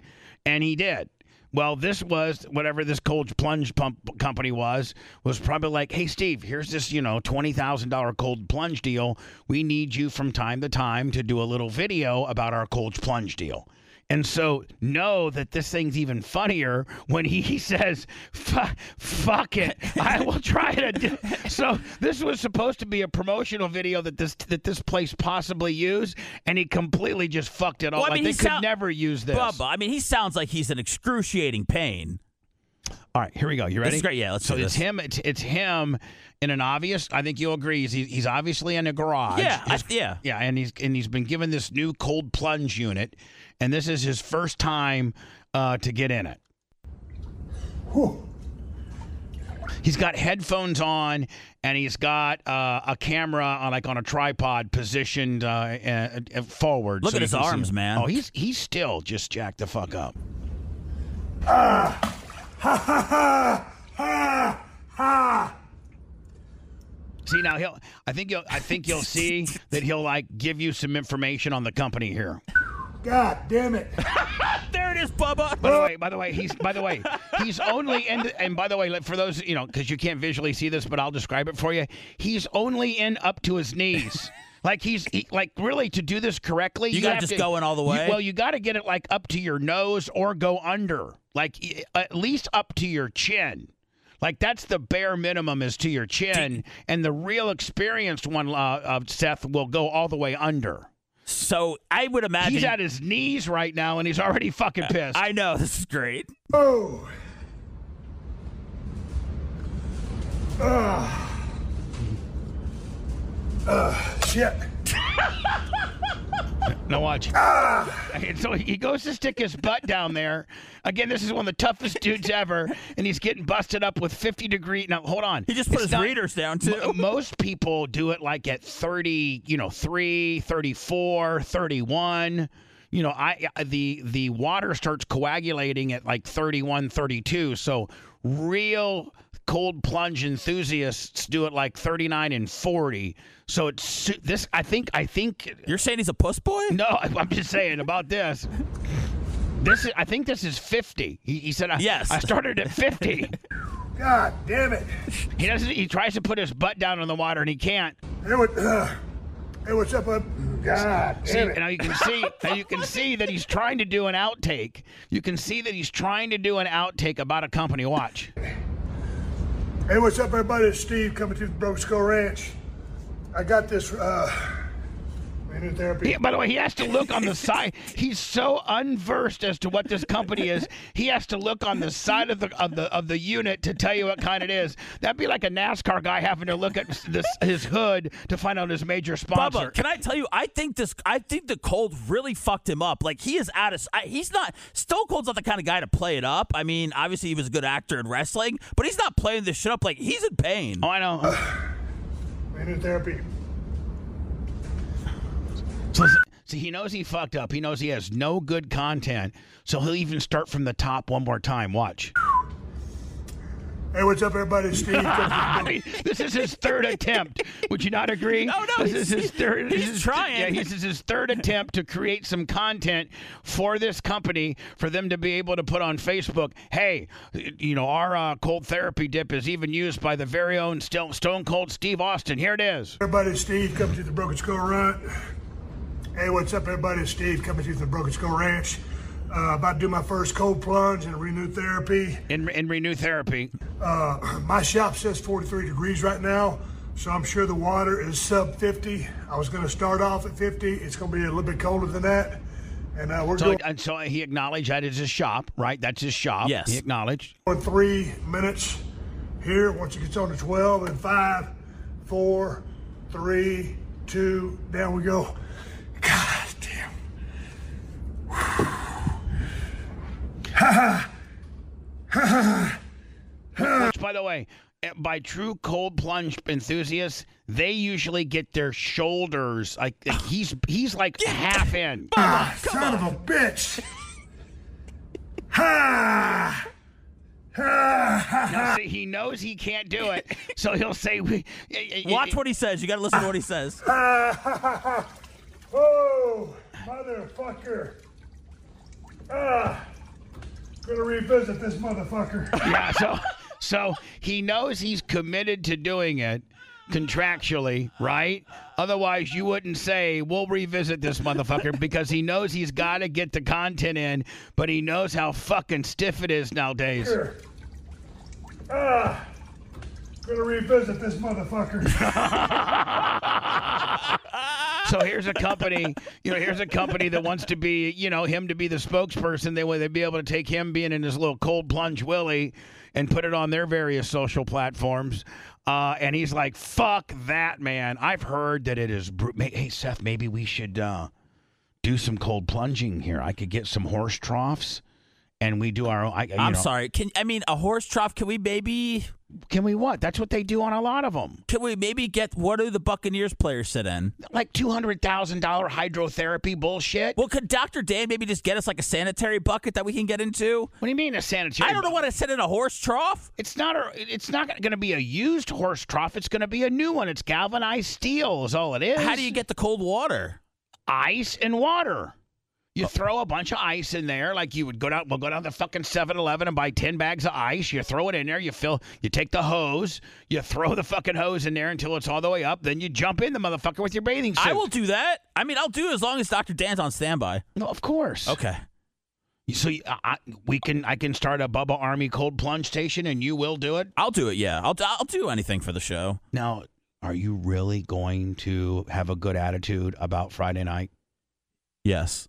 [SPEAKER 1] And he did. Well, this was whatever this cold plunge pump company was was probably like, "Hey, Steve, here's this you know twenty thousand dollar cold plunge deal. We need you from time to time to do a little video about our cold plunge deal." And so know that this thing's even funnier when he [laughs] says, "Fu- "Fuck it, I will try to." Do-. [laughs] So this was supposed to be a promotional video that this that this place possibly used, and he completely just fucked it up.
[SPEAKER 3] Well, I
[SPEAKER 1] like
[SPEAKER 3] mean,
[SPEAKER 1] they
[SPEAKER 3] he
[SPEAKER 1] could
[SPEAKER 3] sound-
[SPEAKER 1] never use this.
[SPEAKER 3] Bubba, I mean, he sounds like he's in excruciating pain.
[SPEAKER 1] All right, here we go. You ready?
[SPEAKER 3] This is great. Yeah, let's
[SPEAKER 1] So
[SPEAKER 3] do
[SPEAKER 1] it's
[SPEAKER 3] this.
[SPEAKER 1] him. It's, it's him in an obvious. I think you'll agree. He's, he's obviously in a garage.
[SPEAKER 3] Yeah, I-
[SPEAKER 1] His-
[SPEAKER 3] yeah.
[SPEAKER 1] yeah, and he's and he's been given this new cold plunge unit, and this is his first time uh, to get in it. He's got headphones on, and he's got uh, a camera on, like on a tripod, positioned uh, uh, uh, forward.
[SPEAKER 3] Look
[SPEAKER 1] so
[SPEAKER 3] at
[SPEAKER 1] you
[SPEAKER 3] his
[SPEAKER 1] can see
[SPEAKER 3] arms,
[SPEAKER 1] him.
[SPEAKER 3] man.
[SPEAKER 1] Oh, he's he's still just jacked the fuck up.
[SPEAKER 2] Ah,
[SPEAKER 1] See now he'll. I think you'll. I think you'll see that he'll like give you some information on the company here.
[SPEAKER 2] God damn it.
[SPEAKER 1] There it
[SPEAKER 3] is, Bubba.
[SPEAKER 1] By the way, by the way, he's by the way, he's only in. The, and by the way, like, for those you know, because you can't visually see this, but I'll describe it for you. He's only in up to his
[SPEAKER 3] [laughs]
[SPEAKER 1] knees. Like he's he, like really to do this correctly.
[SPEAKER 3] You gotta
[SPEAKER 1] have
[SPEAKER 3] just go in all the
[SPEAKER 1] you-
[SPEAKER 3] way?
[SPEAKER 1] well, you got to get it like up to your nose or go under, like y- at least up to your chin. Like that's the bare minimum is to your chin, and the real experienced one uh, of Seth will go all the way under.
[SPEAKER 3] So I would imagine.
[SPEAKER 1] He's at his knees right now, and he's already fucking pissed.
[SPEAKER 3] I know [laughs] this is great.
[SPEAKER 6] Oh. Ah. Shit.
[SPEAKER 1] Now watch.
[SPEAKER 3] Ah!
[SPEAKER 1] And so he goes to stick his butt down there. Again, this is one of the toughest dudes ever, and he's getting busted up with 50 degree. Now hold on.
[SPEAKER 3] He just put
[SPEAKER 1] It's
[SPEAKER 3] his
[SPEAKER 1] not-
[SPEAKER 3] readers down too.
[SPEAKER 1] M- most people do it like at 30, you know, 3, 34, 31. You know, I I- the the water starts coagulating at like 31, 32. So real cold plunge enthusiasts do it like 39 and 40. So it's su- this I think I think
[SPEAKER 3] You're saying he's a puss boy?
[SPEAKER 1] no, [laughs] I- I'm just saying about this. This is, I think this is 50. He, he said, I,
[SPEAKER 3] Yes.
[SPEAKER 1] I started at 50.
[SPEAKER 6] God damn it.
[SPEAKER 1] he doesn't. He tries to put his butt down in the water and he can't.
[SPEAKER 6] It was, uh, it was up, up. God
[SPEAKER 1] See,
[SPEAKER 6] damn
[SPEAKER 1] and
[SPEAKER 6] it.
[SPEAKER 1] now you can see. Now you can see that he's trying to do an outtake. You can see that he's trying to do an outtake about a company. Watch.
[SPEAKER 6] Hey, what's up, everybody? It's Steve coming to Broke Skull Ranch. I got this, uh, manual therapy.
[SPEAKER 1] He- by the way, he has to look on the side. He's so unversed as to what this company is. He has to look on the side of the of the of the unit to tell you what kind it is. That'd be like a NASCAR guy having to look at this his hood to find out his major sponsor.
[SPEAKER 3] Bubba, can I tell you? I think this. I think the cold really fucked him up. Like he is out of. I, he's not. Stone Cold's not the kind of guy to play it up. I mean, obviously he was a good actor in wrestling, but he's not playing this shit up. Like he's in pain.
[SPEAKER 1] oh, I know.
[SPEAKER 6] Manual therapy.
[SPEAKER 1] So, see, he knows he fucked up. He knows he has no good content. So he'll even start from the top one more time. Watch.
[SPEAKER 6] Hey, what's up, everybody? It's Steve. coming
[SPEAKER 1] I mean, this is his third attempt. Would you not agree?
[SPEAKER 3] No, no,
[SPEAKER 1] This
[SPEAKER 3] he's-
[SPEAKER 1] is his third.
[SPEAKER 3] he's
[SPEAKER 1] this is,
[SPEAKER 3] trying.
[SPEAKER 1] Yeah, this is his third attempt to create some content for this company for them to be able to put on Facebook. Hey, you know our uh, cold therapy dip is even used by the very own Sto- Stone Cold Steve Austin. Here it is.
[SPEAKER 6] Everybody, it's Steve coming to the Broken Skull Ranch. Hey, what's up, everybody? It's Steve coming to the Broken Skull Ranch. Uh, about to do my first cold plunge and renew therapy.
[SPEAKER 1] In, in renew therapy,
[SPEAKER 6] Uh, [clears throat] my shop says 43 degrees right now, so I'm sure the water is sub 50. I was going to start off at 50. It's going to be a little bit colder than that, and uh, we're
[SPEAKER 1] so
[SPEAKER 6] going
[SPEAKER 1] and so he acknowledged that is his shop, right? That's his shop.
[SPEAKER 3] Yes.
[SPEAKER 1] he acknowledged.
[SPEAKER 6] for three minutes here. Once it gets on to 12, and five, four, three, two, down we go. God damn.
[SPEAKER 1] Which, by the way, eh, by true cold plunge enthusiasts, they usually get their shoulders like,
[SPEAKER 3] [sighs]
[SPEAKER 1] like he's he's like half in.
[SPEAKER 6] Ah, son of a bitch. ha!
[SPEAKER 1] Now, see, he knows he can't do it, so he'll say, we- eh, eh,
[SPEAKER 3] Watch
[SPEAKER 1] eh,
[SPEAKER 3] what he says. You got to listen to what
[SPEAKER 1] [laughs]
[SPEAKER 3] he says.
[SPEAKER 6] Oh, motherfucker. Ah, gonna revisit this
[SPEAKER 1] [laughs]
[SPEAKER 6] motherfucker.
[SPEAKER 1] eh, Yeah, so
[SPEAKER 3] [laughs]
[SPEAKER 1] so he knows he's committed to doing it contractually, right? Otherwise, you wouldn't say we'll revisit this motherfucker because he knows he's got to get the content in, but he knows how fucking stiff it is nowadays.
[SPEAKER 6] Here. Ah, gonna revisit this motherfucker.
[SPEAKER 1] So here's a company, you know, here's a company that wants to be, you know, him to be the spokesperson. They would they'd be able to take him being in his little cold plunge willy and put it on their various social platforms. Uh, and he's like, "Fuck that, man! I've heard that it is. Br- Hey, Seth, maybe we should uh, do some cold plunging here. I could get some horse troughs, and we do our own. I, you
[SPEAKER 3] I'm
[SPEAKER 1] know-
[SPEAKER 3] sorry. Can I mean a horse trough? Can we maybe?
[SPEAKER 1] Can we what? That's what they do on a lot of them.
[SPEAKER 3] Can we maybe get what do the Buccaneers players sit in?
[SPEAKER 1] Like two hundred thousand dollar hydrotherapy bullshit.
[SPEAKER 3] Well, could Doctor Dan maybe just get us like a sanitary bucket that we can get into?
[SPEAKER 1] What do you mean a sanitary?
[SPEAKER 3] I don't know what to sit in a horse trough.
[SPEAKER 1] It's not a. It's not going to be a used horse trough. It's going to be a new one. It's galvanized steel. Is all it is.
[SPEAKER 3] How do you get the cold water?
[SPEAKER 1] ice and water?
[SPEAKER 3] Oh.
[SPEAKER 1] You throw a bunch of ice in there, like you would go down. We'll go down to fucking 7-Eleven and buy ten bags of ice. You throw it in there. You fill. You take the hose. You throw the fucking hose in there until it's all the way up. Then you jump in the motherfucker with your bathing suit.
[SPEAKER 3] I will do that. I mean, I'll do it as long as Dr. Dan's on standby.
[SPEAKER 1] No, of course.
[SPEAKER 3] Okay.
[SPEAKER 1] So you- I, I- we can. I can start a Bubba Army cold plunge station, and you will do it.
[SPEAKER 3] I'll do it. Yeah. I'll, I'll do anything for the show.
[SPEAKER 1] Now, are you really going to have a good attitude about Friday night?
[SPEAKER 3] Yes.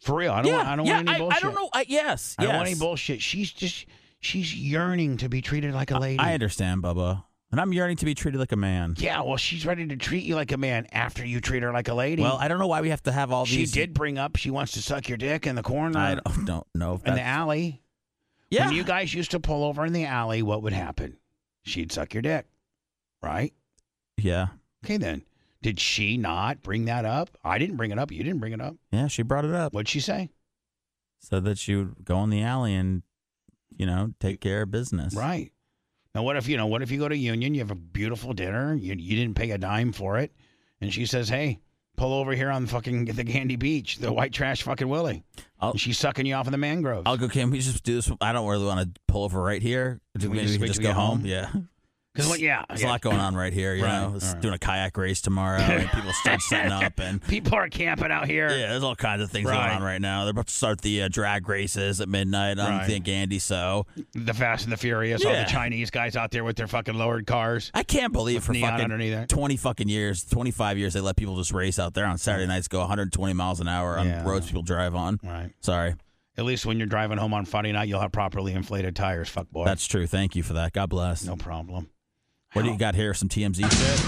[SPEAKER 1] For real, I don't.
[SPEAKER 3] yeah.
[SPEAKER 1] want, I don't
[SPEAKER 3] yeah,
[SPEAKER 1] want any
[SPEAKER 3] I,
[SPEAKER 1] bullshit.
[SPEAKER 3] I don't know. I, yes.
[SPEAKER 1] I don't
[SPEAKER 3] yes.
[SPEAKER 1] want any bullshit. She's just. She's yearning to be treated like a lady.
[SPEAKER 3] I understand, Bubba. And I'm yearning to be treated like a man.
[SPEAKER 1] Yeah, well, she's ready to treat you like a man after you treat her like a lady.
[SPEAKER 3] Well, I don't know why we have to have all
[SPEAKER 1] she
[SPEAKER 3] these.
[SPEAKER 1] did bring up she wants to suck your dick in the corner
[SPEAKER 3] I don't, don't know. If
[SPEAKER 1] in the
[SPEAKER 3] that's-
[SPEAKER 1] alley.
[SPEAKER 3] yeah.
[SPEAKER 1] When you guys used to pull over in the alley, what would happen? She'd suck your dick, right?
[SPEAKER 3] yeah.
[SPEAKER 1] Okay, then. Did she not bring that up? I didn't bring it up. You didn't bring it up.
[SPEAKER 3] Yeah. She brought it up.
[SPEAKER 1] What'd she say?
[SPEAKER 3] Said that she would go in the alley and, you know, take care of business.
[SPEAKER 1] Right. Now, what if you know? What if you go to Union? You have a beautiful dinner. You you didn't pay a dime for it, and she says, "Hey, pull over here on fucking the Candy Beach, the white trash fucking Willie."
[SPEAKER 3] I'll-
[SPEAKER 1] And she's sucking you off in the mangroves.
[SPEAKER 3] I'll go, can we just do this? I don't really want to pull over right here.
[SPEAKER 1] Can we
[SPEAKER 3] Maybe
[SPEAKER 1] just
[SPEAKER 3] we can
[SPEAKER 1] wait
[SPEAKER 3] just
[SPEAKER 1] till we
[SPEAKER 3] go
[SPEAKER 1] get
[SPEAKER 3] home?
[SPEAKER 1] home?
[SPEAKER 3] Yeah.
[SPEAKER 1] 'Cause what- yeah,
[SPEAKER 3] There's
[SPEAKER 1] yeah.
[SPEAKER 3] a lot going on right here, you
[SPEAKER 1] Right,
[SPEAKER 3] know. It's
[SPEAKER 1] alright.
[SPEAKER 3] doing a kayak race tomorrow,
[SPEAKER 1] [laughs]
[SPEAKER 3] and people start setting up, and
[SPEAKER 1] People are camping out here.
[SPEAKER 3] yeah, there's all kinds of things
[SPEAKER 1] Right.
[SPEAKER 3] going on right now. They're about to start the uh, drag races at midnight. I'm
[SPEAKER 1] Right.
[SPEAKER 3] thinking, Andy, so
[SPEAKER 1] The Fast and the Furious, all
[SPEAKER 3] Yeah.
[SPEAKER 1] the Chinese guys out there with their fucking lowered cars.
[SPEAKER 3] I can't believe for
[SPEAKER 1] neon
[SPEAKER 3] fucking
[SPEAKER 1] underneath there.
[SPEAKER 3] 20 fucking years, 25 years, they let people just race out there on Saturday nights, go 120 miles an hour on
[SPEAKER 1] Yeah.
[SPEAKER 3] roads people drive on.
[SPEAKER 1] Right.
[SPEAKER 3] Sorry,
[SPEAKER 1] At least when you're driving home on Friday night, you'll have properly inflated tires. Fuck boy.
[SPEAKER 3] that's true. Thank you for that. God bless.
[SPEAKER 1] no problem.
[SPEAKER 3] What do you got here? Some TMZ shit.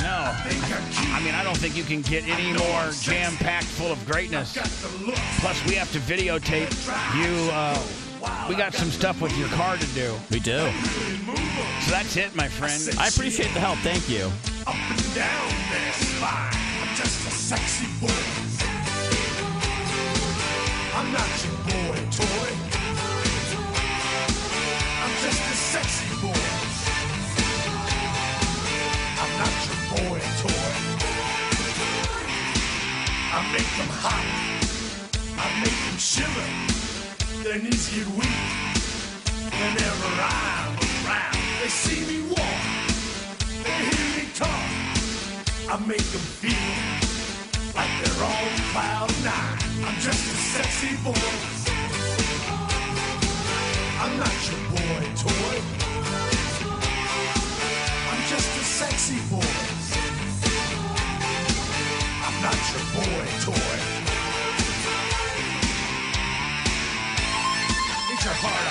[SPEAKER 1] No, I, I mean I don't think you can get any more jam packed full of greatness. Plus, we have to videotape you. Uh, we got some stuff with your car to do.
[SPEAKER 3] We do.
[SPEAKER 1] So that's it, my friend.
[SPEAKER 3] I appreciate the help. Thank you.
[SPEAKER 2] Up and down their spine. I'm just a sexy boy. I'm not your boy toy. I'm just a sexy boy. I'm not your boy toy. I make them hot. I make them shiver. Their knees get weak. Whenever I'm around, they see me walk. They hear me talk. I make them feel like they're on cloud nine. I'm just a sexy boy. I'm not your boy toy. I'm just a sexy boy. I'm not your boy toy. Get your heart